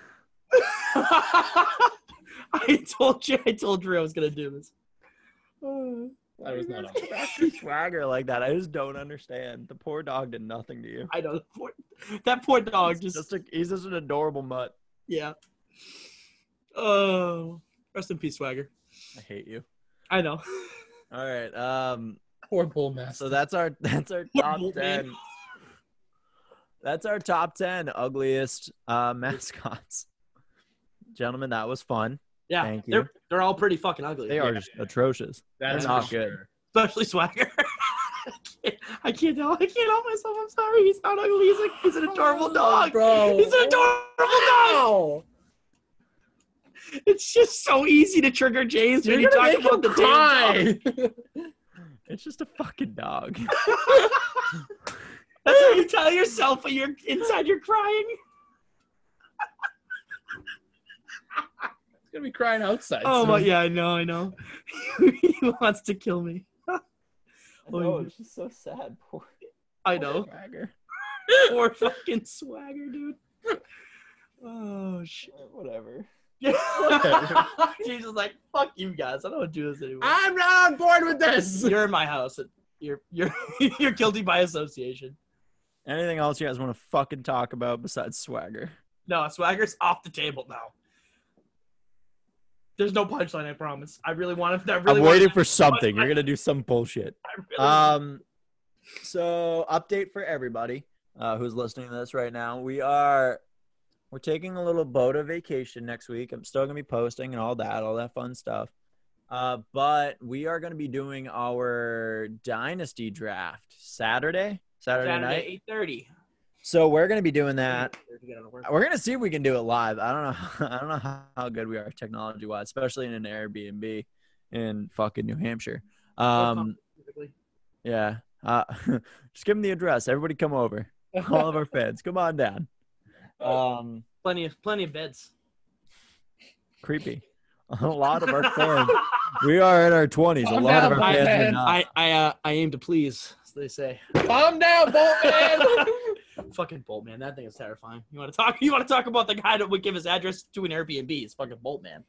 [SPEAKER 1] I told you. I told Drew I was gonna do this.
[SPEAKER 3] I was not on
[SPEAKER 2] swagger like that. I just don't understand. The poor dog did nothing to you.
[SPEAKER 1] I know that poor, that poor dog Oh, just,
[SPEAKER 2] Just a, he's just an adorable mutt.
[SPEAKER 1] yeah. Oh, rest in peace, Swagger.
[SPEAKER 2] I hate you.
[SPEAKER 1] I know.
[SPEAKER 2] All right. Um.
[SPEAKER 3] poor bull master.
[SPEAKER 2] So that's our that's our
[SPEAKER 1] Poor
[SPEAKER 2] top
[SPEAKER 1] bull, man.
[SPEAKER 2] ten. That's our top ten ugliest uh, mascots. Gentlemen, that was fun.
[SPEAKER 1] Yeah,
[SPEAKER 2] Thank you.
[SPEAKER 1] they're they're all pretty fucking ugly.
[SPEAKER 2] They are just atrocious.
[SPEAKER 3] That's
[SPEAKER 1] not
[SPEAKER 3] for
[SPEAKER 2] good.
[SPEAKER 3] sure.
[SPEAKER 1] especially Swagger. I can't- I can't help. I can't help myself. I'm sorry. He's not ugly. He's like he's an adorable
[SPEAKER 3] Oh,
[SPEAKER 1] dog.
[SPEAKER 3] bro.
[SPEAKER 1] He's an adorable
[SPEAKER 3] Wow.
[SPEAKER 1] dog. It's just so easy to trigger James when you
[SPEAKER 3] You're
[SPEAKER 1] talk
[SPEAKER 3] gonna make
[SPEAKER 1] about
[SPEAKER 3] him
[SPEAKER 1] the damn dog.
[SPEAKER 3] cry.
[SPEAKER 2] It's just a fucking dog.
[SPEAKER 1] That's what you tell yourself when you're inside. You're crying.
[SPEAKER 3] He's gonna be crying outside.
[SPEAKER 1] Oh
[SPEAKER 3] soon.
[SPEAKER 1] my! Yeah, I know. I know. he wants to kill me. know, it's
[SPEAKER 2] Oh, just so sad. Poor
[SPEAKER 1] I
[SPEAKER 2] Oh.
[SPEAKER 1] know.
[SPEAKER 2] swagger.
[SPEAKER 1] Poor fucking swagger, dude. Oh shit.
[SPEAKER 2] Whatever.
[SPEAKER 1] James was like, "Fuck you guys! I don't want to do this anymore.
[SPEAKER 3] I'm not on board with this.
[SPEAKER 1] you're in my house, and you're you're you're guilty by association."
[SPEAKER 2] Anything else you guys want to fucking talk about besides swagger?
[SPEAKER 1] No, swagger's off the table now. There's no punchline, I promise. I really want to. I really
[SPEAKER 2] I'm
[SPEAKER 1] want
[SPEAKER 2] waiting for something. You're gonna do some bullshit.
[SPEAKER 1] I really-
[SPEAKER 2] Um, so update for everybody uh, who's listening to this right now. We are we're taking a little Boda vacation next week. I'm still gonna be posting and all that, all that fun stuff. Uh, but we are gonna be doing our dynasty draft Saturday, Saturday,
[SPEAKER 1] Saturday,
[SPEAKER 2] night.
[SPEAKER 1] eight thirty.
[SPEAKER 2] So we're gonna be doing that. We're gonna see if we can do it live. I don't know. I don't know how, how good we are technology wise, especially in an Airbnb in fucking New Hampshire. Um, yeah. Uh, just give them the address. Everybody come over. All of our fans, come on down. Um,
[SPEAKER 1] Plenty of plenty of beds.
[SPEAKER 2] creepy. A lot of our fans. We are in our twenties. A
[SPEAKER 3] Calm
[SPEAKER 2] lot
[SPEAKER 3] down,
[SPEAKER 2] of our
[SPEAKER 3] my
[SPEAKER 2] fans are
[SPEAKER 3] man.
[SPEAKER 2] not.
[SPEAKER 1] I I uh, I aim to please, as they say.
[SPEAKER 3] Calm down, bull man.
[SPEAKER 1] fucking Bolt Man, that thing is terrifying. You want to talk? You want to talk about the guy that would give his address to an Airbnb? It's fucking Bolt Man.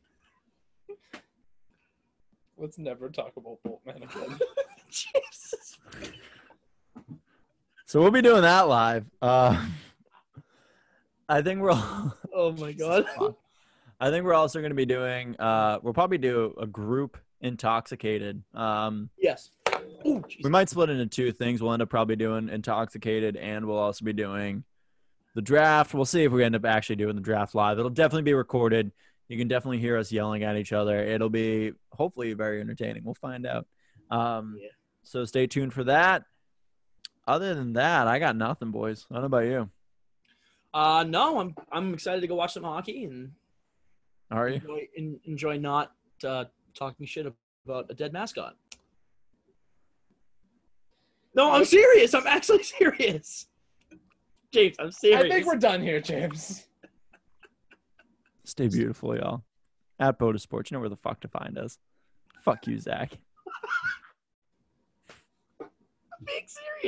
[SPEAKER 3] Let's never talk about bull man again.
[SPEAKER 1] Jesus.
[SPEAKER 2] So we'll be doing that live. Uh, I think we're all.
[SPEAKER 1] Oh my god.
[SPEAKER 2] I think we're also going to be doing. Uh, we'll probably do a group intoxicated. Um,
[SPEAKER 1] yes. Oh, jeez.
[SPEAKER 2] We might split into two things. We'll end up probably doing intoxicated, and we'll also be doing the draft. We'll see if we end up actually doing the draft live. It'll definitely be recorded. You can definitely hear us yelling at each other. It'll be hopefully very entertaining. We'll find out. Um,
[SPEAKER 1] Yeah.
[SPEAKER 2] So stay tuned for that. Other than that, I got nothing, boys. I don't know about you.
[SPEAKER 1] Uh, no, I'm I'm excited to go watch some hockey and
[SPEAKER 2] Are you?
[SPEAKER 1] enjoy, en- enjoy not uh, talking shit about a dead mascot. No, I'm serious. I'm actually serious. James, I'm serious.
[SPEAKER 3] I think we're done here, James.
[SPEAKER 2] Stay beautiful, y'all. At Boda Sports, you know where the fuck to find us. Fuck you, Zach.
[SPEAKER 1] being serious.